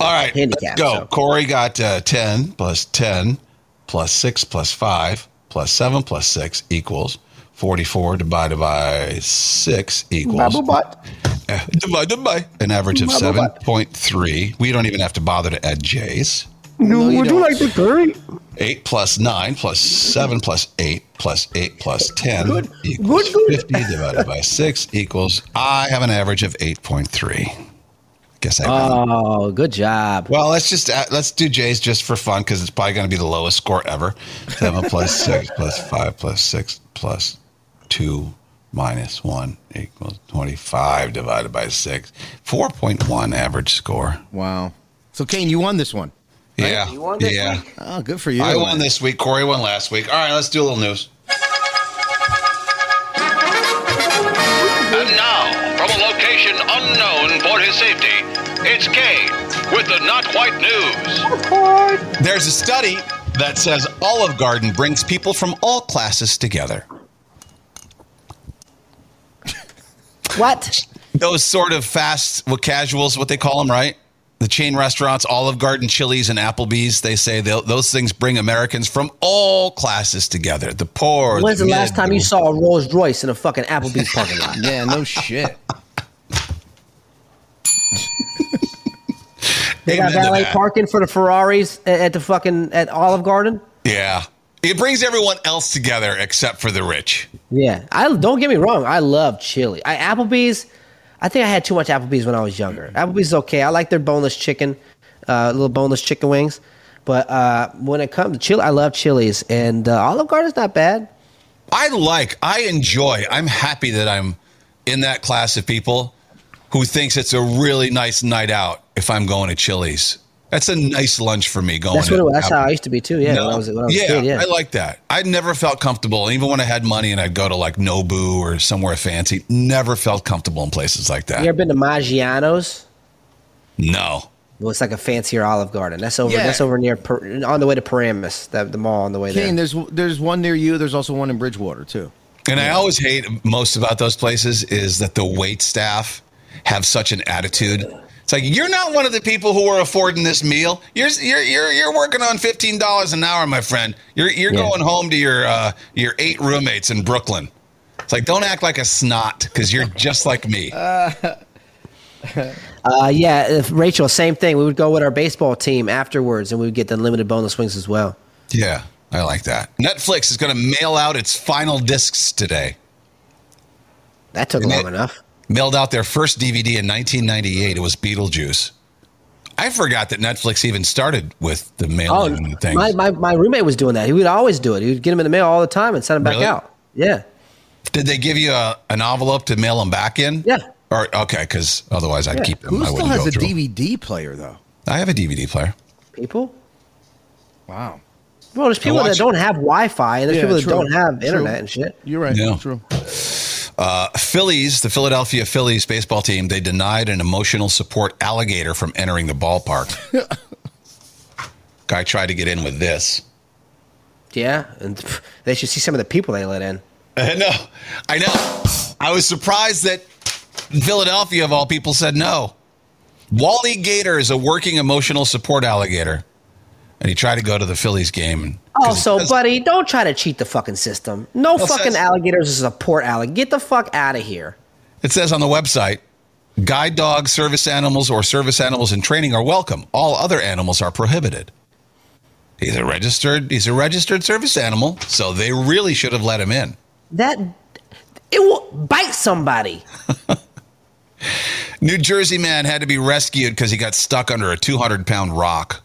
Speaker 3: All right,
Speaker 4: Handicap,
Speaker 3: let's go.
Speaker 4: so.
Speaker 3: Corey got uh, 10 plus 10 plus 6 plus 5 plus 7 plus 6 equals 44 divided by 6 equals Uh, divided by an average of 7.3. We don't even have to bother to add J's.
Speaker 5: no, you don't.
Speaker 3: 8 plus 9 plus 7 plus 8 plus 8 plus 10 equals 50 divided by 6 equals I have an average of 8.3. Guess I
Speaker 5: Ah.
Speaker 3: won.
Speaker 4: Oh, good job.
Speaker 3: Well, let's just uh, let's do J's just for fun because it's probably going to be the lowest score ever. Seven plus six plus five plus six plus two minus one equals twenty-five divided by six. Four point one average score.
Speaker 5: Wow. So Kane, you won this one.
Speaker 3: Yeah, yeah.
Speaker 5: Oh, good for you.
Speaker 3: I won this week. Corey won last week. All right, let's do a little news.
Speaker 8: And now, from a location unknown for his safety, it's Kane with the Not Quite News.
Speaker 3: There's a study that says Olive Garden brings people from all classes together.
Speaker 4: What?
Speaker 3: those sort of fast what casuals what they call them right the chain restaurants olive garden chili's and applebee's they say they'll- those things bring americans from all classes together the poor
Speaker 4: When's the
Speaker 3: mid,
Speaker 4: last time you
Speaker 3: the-
Speaker 4: saw a Rolls Royce in a fucking Applebee's parking lot?
Speaker 5: Yeah, no shit.
Speaker 4: They got
Speaker 3: Amen to
Speaker 4: valet
Speaker 3: that.
Speaker 4: parking for the Ferraris a- at the fucking at Olive Garden.
Speaker 3: yeah it brings everyone else together except for the rich
Speaker 4: Yeah, I don't get me wrong. I love chili. I Applebee's. I think I had too much Applebee's when I was younger. Applebee's is okay. I like their boneless chicken, uh, little boneless chicken wings. But uh, when it comes to chili, I love chilies, and uh, Olive Garden's not bad.
Speaker 3: i like i enjoy i'm happy that i'm in that class of people who thinks it's a really nice night out if i'm going to chili's that's a nice lunch for me going
Speaker 4: That's what.
Speaker 3: to
Speaker 4: It, that's how I
Speaker 3: Applebee's.
Speaker 4: used to be too. Yeah, when I was, when I was
Speaker 3: Oh, yeah,
Speaker 4: a kid. Yeah,
Speaker 3: I like that. I never felt comfortable, even when I had money and I'd go to like Nobu or somewhere fancy. Never felt comfortable in places like that.
Speaker 4: you ever been to Maggiano's?
Speaker 3: No,
Speaker 4: Well, it's like a fancier Olive Garden. That's over.
Speaker 5: Yeah.
Speaker 4: That's over near Par- on the way to Paramus, the, the mall on the way
Speaker 5: Kane,
Speaker 4: there.
Speaker 5: there's there's one near you. There's also one in Bridgewater too.
Speaker 3: and I always hate most about those places is that the wait staff have such an attitude. It's like you're not one of the people who are affording this meal. You're you're you're, you're working on fifteen dollars an hour, my friend. You're you're
Speaker 4: Yeah.
Speaker 3: going home to your uh, your eight roommates in Brooklyn. It's like don't act like a snot because you're just like me.
Speaker 4: Uh, yeah, if Rachel, same thing. We would go with our baseball team afterwards, and we would get the limited boneless wings as well.
Speaker 3: Yeah, I like that. Netflix is going to mail out its final discs today.
Speaker 4: That took
Speaker 3: And
Speaker 4: long
Speaker 3: it-
Speaker 4: enough.
Speaker 3: Mailed out their first DVD in 1998. It was Beetlejuice. I forgot that Netflix even started with the
Speaker 4: Oh,
Speaker 3: mailing and things.
Speaker 4: my, my, my roommate was doing that. He would always do it. He would get them in the mail all the time and send them back
Speaker 3: Really?
Speaker 4: out. Yeah.
Speaker 3: Did they give you a, an envelope to mail them back in?
Speaker 4: Yeah.
Speaker 3: Or okay, because otherwise I'd keep them.
Speaker 5: Who
Speaker 3: I
Speaker 5: still
Speaker 3: wouldn't
Speaker 5: has
Speaker 3: go
Speaker 5: a
Speaker 3: through 'em.
Speaker 5: DVD player though?
Speaker 3: I have a DVD player.
Speaker 4: People?
Speaker 5: Wow.
Speaker 4: Well, there's people
Speaker 3: watch
Speaker 4: that
Speaker 3: it.
Speaker 4: don't have Wi Fi and there's
Speaker 5: Yeah,
Speaker 4: people that
Speaker 5: true.
Speaker 4: don't have
Speaker 5: True.
Speaker 4: internet and shit.
Speaker 5: You're right.
Speaker 3: Yeah.
Speaker 5: True.
Speaker 3: Uh, Phillies, the Philadelphia Phillies baseball team, they denied an emotional support alligator from entering the ballpark. Guy tried to get in with this.
Speaker 4: Yeah. And pff, they should see some of the people they let in.
Speaker 3: I know. I know. I was surprised that Philadelphia, of all people, said no. Wally Gator is a working emotional support alligator. And he tried to go to the Phillies game. And,
Speaker 4: Also,
Speaker 3: 'cause he-
Speaker 4: Oh, buddy, don't try to cheat the fucking system. No
Speaker 3: Well,
Speaker 4: fucking
Speaker 3: says-
Speaker 4: alligators is a port alligator. Get the fuck out of here.
Speaker 3: It says on the website guide dogs, service animals, or service animals in training are welcome. All other animals are prohibited. He's a registered he's a registered service animal, so they really should have let him in.
Speaker 4: That it will bite somebody.
Speaker 3: New Jersey man had to be rescued because he got stuck under a 200 pound rock.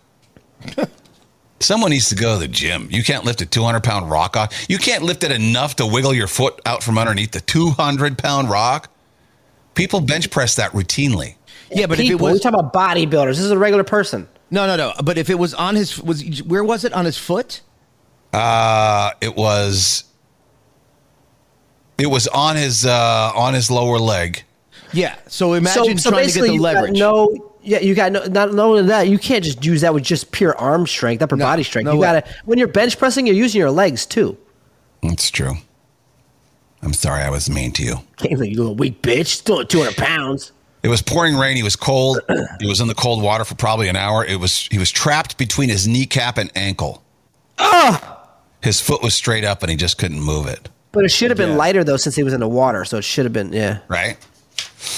Speaker 3: Someone needs to go to the gym. You can't lift a 200 pound rock off. You can't lift it enough to wiggle your foot out from underneath the 200 pound rock. People bench press that routinely.
Speaker 5: Yeah, but if it
Speaker 4: people, we
Speaker 5: was
Speaker 4: talking about bodybuilders. This is a regular person.
Speaker 5: no, no, no. But if it was on his was where was it on his foot?
Speaker 3: Uh, it was it was on his uh, on his lower leg.
Speaker 5: Yeah. So imagine trying to get the
Speaker 4: you got
Speaker 5: leverage.
Speaker 4: no, yeah, you got no. Not only that, you can't just use that with just pure arm strength, upper
Speaker 5: No,
Speaker 4: body strength.
Speaker 5: no
Speaker 4: you
Speaker 5: way.
Speaker 4: gotta when you're bench pressing, you're using your legs too.
Speaker 3: That's true. I'm sorry I was mean to you.
Speaker 4: Can't like you little weak bitch, still two hundred pounds.
Speaker 3: It was pouring rain. He was cold. he was in the cold water for probably an hour. It was he was trapped between his kneecap and ankle.
Speaker 4: Ah!
Speaker 3: His foot was straight up and he just couldn't move it.
Speaker 4: But it should have been lighter though, since he was in the water. So it should have been yeah.
Speaker 3: Right?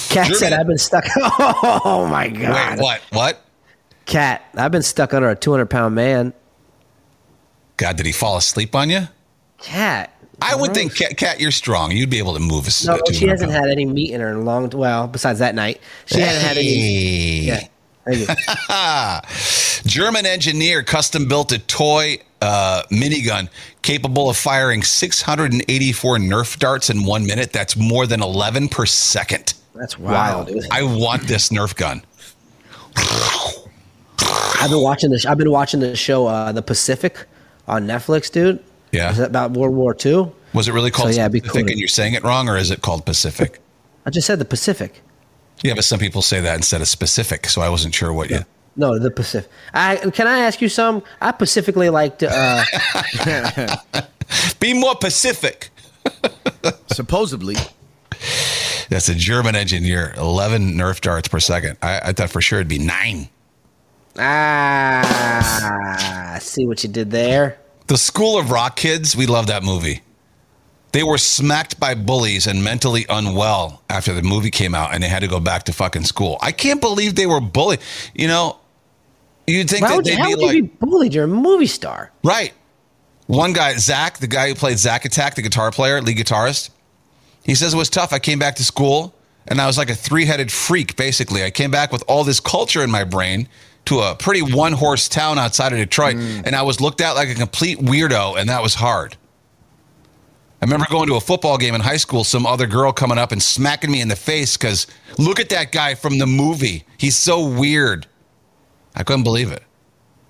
Speaker 4: Cat said,
Speaker 3: German-
Speaker 4: "I've been stuck." oh my god,
Speaker 3: Wait, what? What?
Speaker 4: Cat, I've been stuck under a two hundred pound man.
Speaker 3: God, did he fall asleep on you?
Speaker 4: Cat,
Speaker 3: I would think, Cat, Cat, you're strong. You'd be able to move. A,
Speaker 4: No, she hasn't had any meat in her in a long. Well, besides that night, she hasn't had any. Yeah, thank you.
Speaker 3: German engineer custom built a toy uh, minigun capable of firing 684 Nerf darts in one minute. That's more than 11 per second.
Speaker 4: That's wild. dude.
Speaker 3: I want this Nerf gun.
Speaker 4: I've been watching this. I've been watching the show, uh, The Pacific, on Netflix, dude.
Speaker 3: Yeah.
Speaker 4: Is that about World War II?
Speaker 3: Was it really called
Speaker 4: yeah, it'd be
Speaker 3: Pacific
Speaker 4: cool to-
Speaker 3: and you're saying it wrong, or is it called Pacific?
Speaker 4: I just said the Pacific.
Speaker 3: Yeah, but some people say that instead of specific, so I wasn't sure what you.
Speaker 4: No, the Pacific. I can I ask you some? I specifically liked. Uh,
Speaker 3: Be more Pacific.
Speaker 5: Supposedly.
Speaker 3: That's a German engineer. 11 Nerf darts per second. I, I thought for sure it'd be nine.
Speaker 4: ah, I see what you did there.
Speaker 3: The School of Rock Kids, we love that movie. They were smacked by bullies and mentally unwell after the movie came out and they had to go back to fucking school. I can't believe they were bullied. You know, you'd think
Speaker 4: Why
Speaker 3: that
Speaker 4: would you,
Speaker 3: they'd
Speaker 4: how
Speaker 3: be
Speaker 4: would
Speaker 3: like,
Speaker 4: you be bullied? You're a movie star.
Speaker 3: right. One guy, Zach, the guy who played Zach Attack, the guitar player, lead guitarist, he says it was tough. I came back to school and I was like a three headed freak, basically. I came back with all this culture in my brain to a pretty one horse town outside of Detroit
Speaker 4: Mm.
Speaker 3: and I was looked at like a complete weirdo and that was hard. I remember going to a football game in high school, some other girl coming up and smacking me in the face because look at that guy from the movie. He's so weird. I couldn't believe it.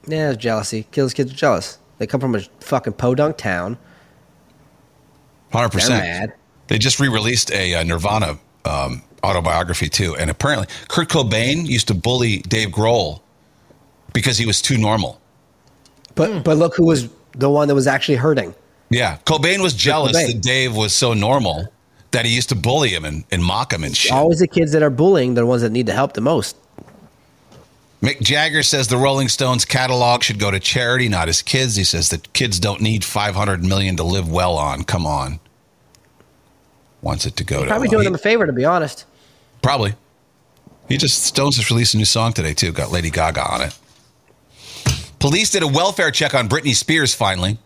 Speaker 4: Yeah, it's jealousy. Kids, kids are jealous. They come from a fucking podunk town.
Speaker 3: Hundred
Speaker 4: They're
Speaker 3: percent.
Speaker 4: mad.
Speaker 3: They just re-released a uh, Nirvana um, autobiography too, and apparently Kurt Cobain used to bully Dave Grohl because he was too normal.
Speaker 4: But but look who was the one that was actually hurting.
Speaker 3: Yeah, Cobain was jealous
Speaker 4: Cobain.
Speaker 3: that Dave was so normal that he used to bully him and, and mock him and shit.
Speaker 4: Always the kids that are bullying, they're the ones that need the help the most.
Speaker 3: Mick Jagger says the Rolling Stones catalog should go to charity, not his kids. He says that kids don't need 500 million to live well on. Come on. Wants it to go to
Speaker 4: Probably
Speaker 3: well,
Speaker 4: doing
Speaker 3: he-
Speaker 4: them a favor, to be honest.
Speaker 3: Probably. He just Stones just released a new song today too. Got Lady Gaga on it. Police did a welfare check on Britney Spears finally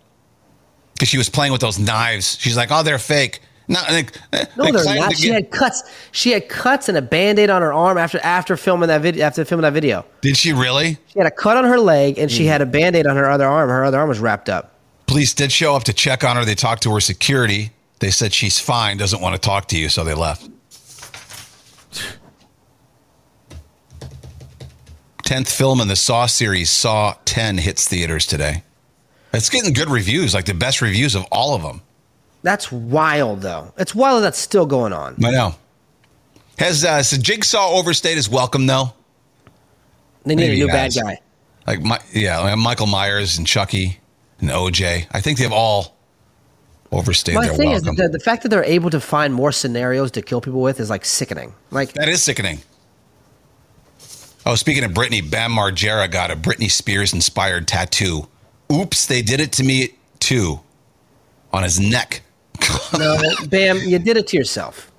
Speaker 3: because she was playing with those knives. She's like, oh, they're fake. No, they,
Speaker 4: No,
Speaker 3: they
Speaker 4: they're
Speaker 3: claim
Speaker 4: not.
Speaker 3: to
Speaker 4: She
Speaker 3: get-
Speaker 4: had cuts. She had cuts and a band-aid on her arm after after filming that video. After filming that video,
Speaker 3: did she really?
Speaker 4: she had a cut on her leg and
Speaker 3: Mm.
Speaker 4: she had a band-aid on her other arm. Her other arm was wrapped up.
Speaker 3: Police did show up to check on her. They talked to her security. They said she's fine, doesn't want to talk to you, so they left. 10th film in the Saw series, Saw 10, hits theaters today. It's getting good reviews, like the best reviews of all of them.
Speaker 4: That's wild, though. It's wild that's still going on.
Speaker 3: I know. Has uh, so Jigsaw overstayed his welcome, though?
Speaker 4: They need a
Speaker 3: Maybe
Speaker 4: new
Speaker 3: he
Speaker 4: bad
Speaker 3: has.
Speaker 4: guy.
Speaker 3: Like, my, yeah, like Michael Myers and Chucky and OJ. I think they've all overstayed
Speaker 4: My
Speaker 3: their
Speaker 4: thing
Speaker 3: welcome.
Speaker 4: is the, the fact that they're able to find more scenarios to kill people with is like sickening. Like
Speaker 3: That is sickening. Oh, speaking of Britney, Bam Margera got a Britney Spears inspired tattoo. Oops, they did it to me too. On his neck.
Speaker 4: no, bam, you did it to yourself.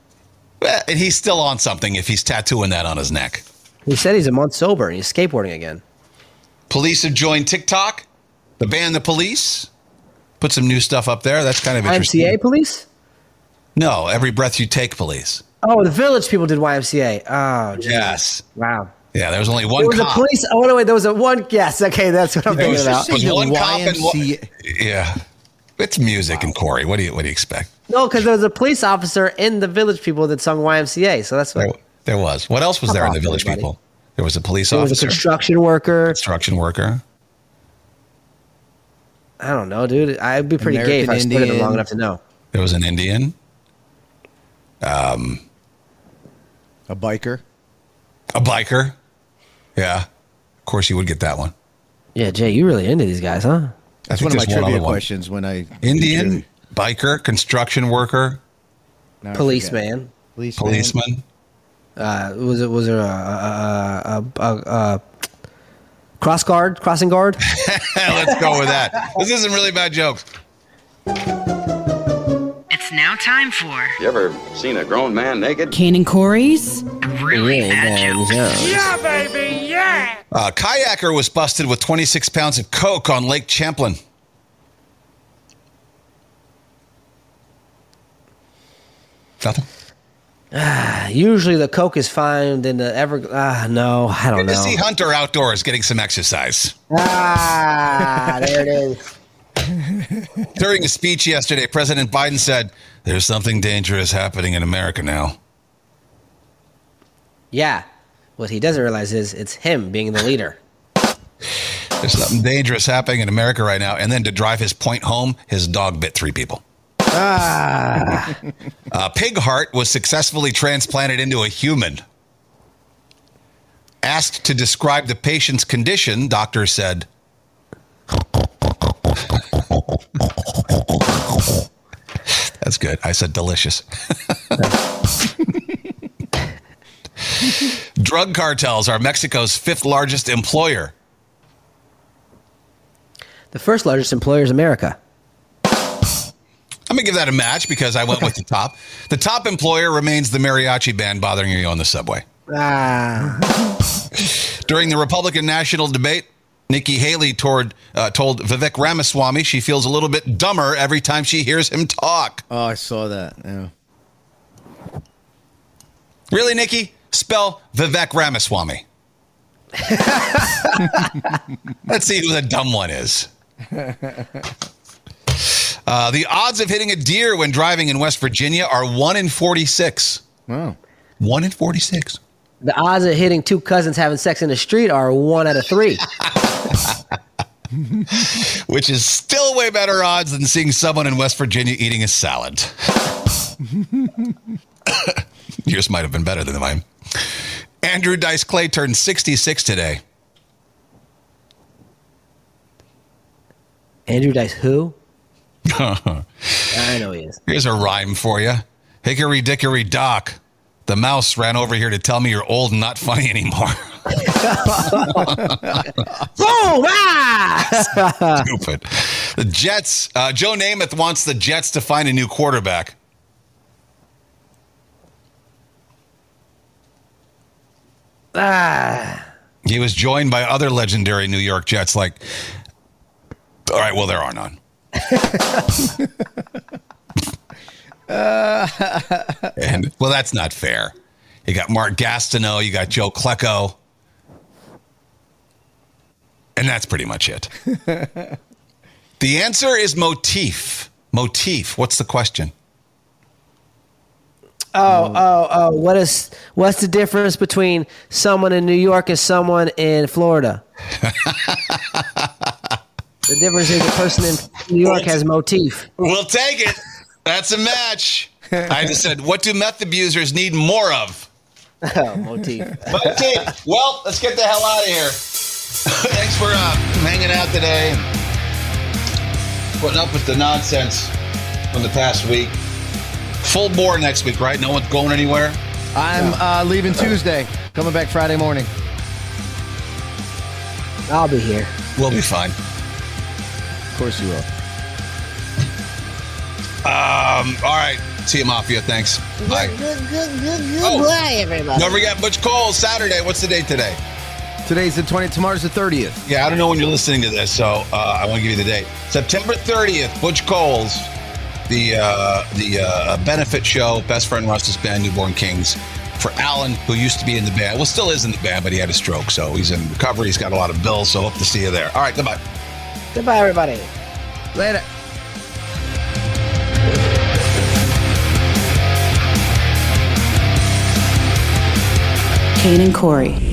Speaker 3: Eh, and he's still on something if he's tattooing that on his neck.
Speaker 4: He said he's a month sober and he's skateboarding again.
Speaker 3: Police have joined TikTok, the band The Police. Put some new stuff up there. That's kind of interesting.
Speaker 4: YMCA police?
Speaker 3: No, every breath you take, police.
Speaker 4: Oh, the village people did YMCA. Oh, geez.
Speaker 3: Yes.
Speaker 4: wow.
Speaker 3: Yeah, there was only one
Speaker 4: There was a
Speaker 3: cop.
Speaker 4: police. Oh no, wait, there was a one. Yes, okay, that's what I'm
Speaker 3: There
Speaker 4: thinking
Speaker 3: was,
Speaker 4: about.
Speaker 3: there was
Speaker 5: You know,
Speaker 3: one cop and one.
Speaker 5: YMCA.
Speaker 3: Yeah, it's music and Corey. What do you what do you expect?
Speaker 4: No, because there was a police officer in the village people that sung YMCA. So that's what.
Speaker 3: There, there was. What else was there in the
Speaker 4: off,
Speaker 3: village
Speaker 4: everybody.
Speaker 3: people? There was a police
Speaker 4: There was a
Speaker 3: officer,
Speaker 4: construction worker.
Speaker 3: construction worker.
Speaker 4: I don't know, dude. I'd be pretty gay if I
Speaker 5: American
Speaker 4: stayed there long
Speaker 5: Indians.
Speaker 4: enough to know.
Speaker 3: There was an Indian,
Speaker 5: A biker.
Speaker 3: a biker. Yeah, of course you would get that one.
Speaker 4: Yeah, Jay, you really into these guys, huh?
Speaker 3: I
Speaker 5: That's one
Speaker 3: think
Speaker 5: of my
Speaker 3: there's one
Speaker 5: trivia
Speaker 3: other one.
Speaker 5: questions when I
Speaker 3: Indian, biker, construction worker,
Speaker 5: Now I forget.
Speaker 4: Policeman.
Speaker 5: policeman,
Speaker 3: policeman.
Speaker 4: Uh, was it was there a, a, a, a, a cross guard, crossing guard?
Speaker 3: Let's go with that. This isn't really bad jokes.
Speaker 1: It's now time for
Speaker 9: You ever seen a grown man naked?
Speaker 1: Kane and Corey's Really Bad Jokes.
Speaker 3: A Uh, kayaker was busted with 26 pounds of coke on Lake Champlain. Nothing.
Speaker 4: Usually the coke is found in the ever. Ah, no, I don't
Speaker 3: Good to see
Speaker 4: know.
Speaker 3: Hunter outdoors getting some exercise.
Speaker 4: Ah, there it is.
Speaker 3: During a speech yesterday, President Biden said, There's something dangerous happening in America now.
Speaker 4: Yeah, what he doesn't realize is it's him being the leader.
Speaker 3: There's something dangerous happening in America right now. And then to drive his point home, his dog bit three people. Ah. a pig heart was successfully transplanted into a human. Asked to describe the patient's condition, doctor said, That's good. I said delicious. Drug cartels are Mexico's fifth largest employer.
Speaker 4: The first largest employer is America.
Speaker 3: I'm gonna give that a match because I went with the top. The top employer remains the mariachi band bothering you on the subway.
Speaker 4: Ah,
Speaker 3: During the Republican national debate, Nikki Haley toward, uh, told Vivek Ramaswamy she feels a little bit dumber every time she hears him talk.
Speaker 5: Oh, I saw that. Yeah.
Speaker 3: Really, Nikki? Spell Vivek Ramaswamy. Let's see who the dumb one is. Uh, the odds of hitting a deer when driving in West Virginia are 1 in 46.
Speaker 5: Wow.
Speaker 3: 1 in 46.
Speaker 4: the odds of hitting two cousins having sex in the street are one out of three.
Speaker 3: which is still way better odds than seeing someone in West Virginia eating a salad. Yours might have been better than mine. Andrew Dice Clay turned 66 today.
Speaker 4: Andrew Dice, who? I know he is.
Speaker 3: Here's a rhyme for you Hickory Dickory Dock. The mouse ran over here to tell me you're old and not funny anymore.
Speaker 4: Boom! Ah!
Speaker 3: Stupid. The Jets, uh, Joe Namath wants the Jets to find a new quarterback. He was joined by other legendary New York Jets like, all right, well, there are none. and well, that's not fair. You got Mark Gastineau, you got Joe Klecko, and that's pretty much it. the answer is motif. Motif. What's the question?
Speaker 4: Oh, oh, oh! What is what's the difference between someone in New York and someone in Florida? the difference is the person in New York has motif.
Speaker 3: We'll take it. That's a match. I just said, what do meth abusers need more of?
Speaker 4: Oh, motif.
Speaker 3: Okay, well, let's get the hell out of here. Thanks for uh, hanging out today, putting up with the nonsense from the past week. Full bore next week, right? No one's going anywhere.
Speaker 5: I'm uh, leaving Tuesday, coming back Friday morning.
Speaker 4: I'll be here.
Speaker 3: We'll be fine.
Speaker 5: Of course you will.
Speaker 3: Um, all right, see you, Mafia. Thanks. Bye.
Speaker 10: Good, good, good, good
Speaker 3: Oh.
Speaker 10: boy, everybody.
Speaker 3: Don't forget Butch Cole Saturday. What's the date today?
Speaker 5: Today's the 20th. Tomorrow's the 30th.
Speaker 3: Yeah, I don't know when you're listening to this, so uh, I want to give you the date. September 30th, Butch Coles, the uh, the uh, benefit show, best friend Russ's band, Newborn Kings, for Alan, who used to be in the band. Well, still is in the band, but he had a stroke, so he's in recovery. He's got a lot of bills, so hope to see you there. All right, goodbye.
Speaker 4: Goodbye, everybody.
Speaker 5: Later.
Speaker 1: Kane and Corey.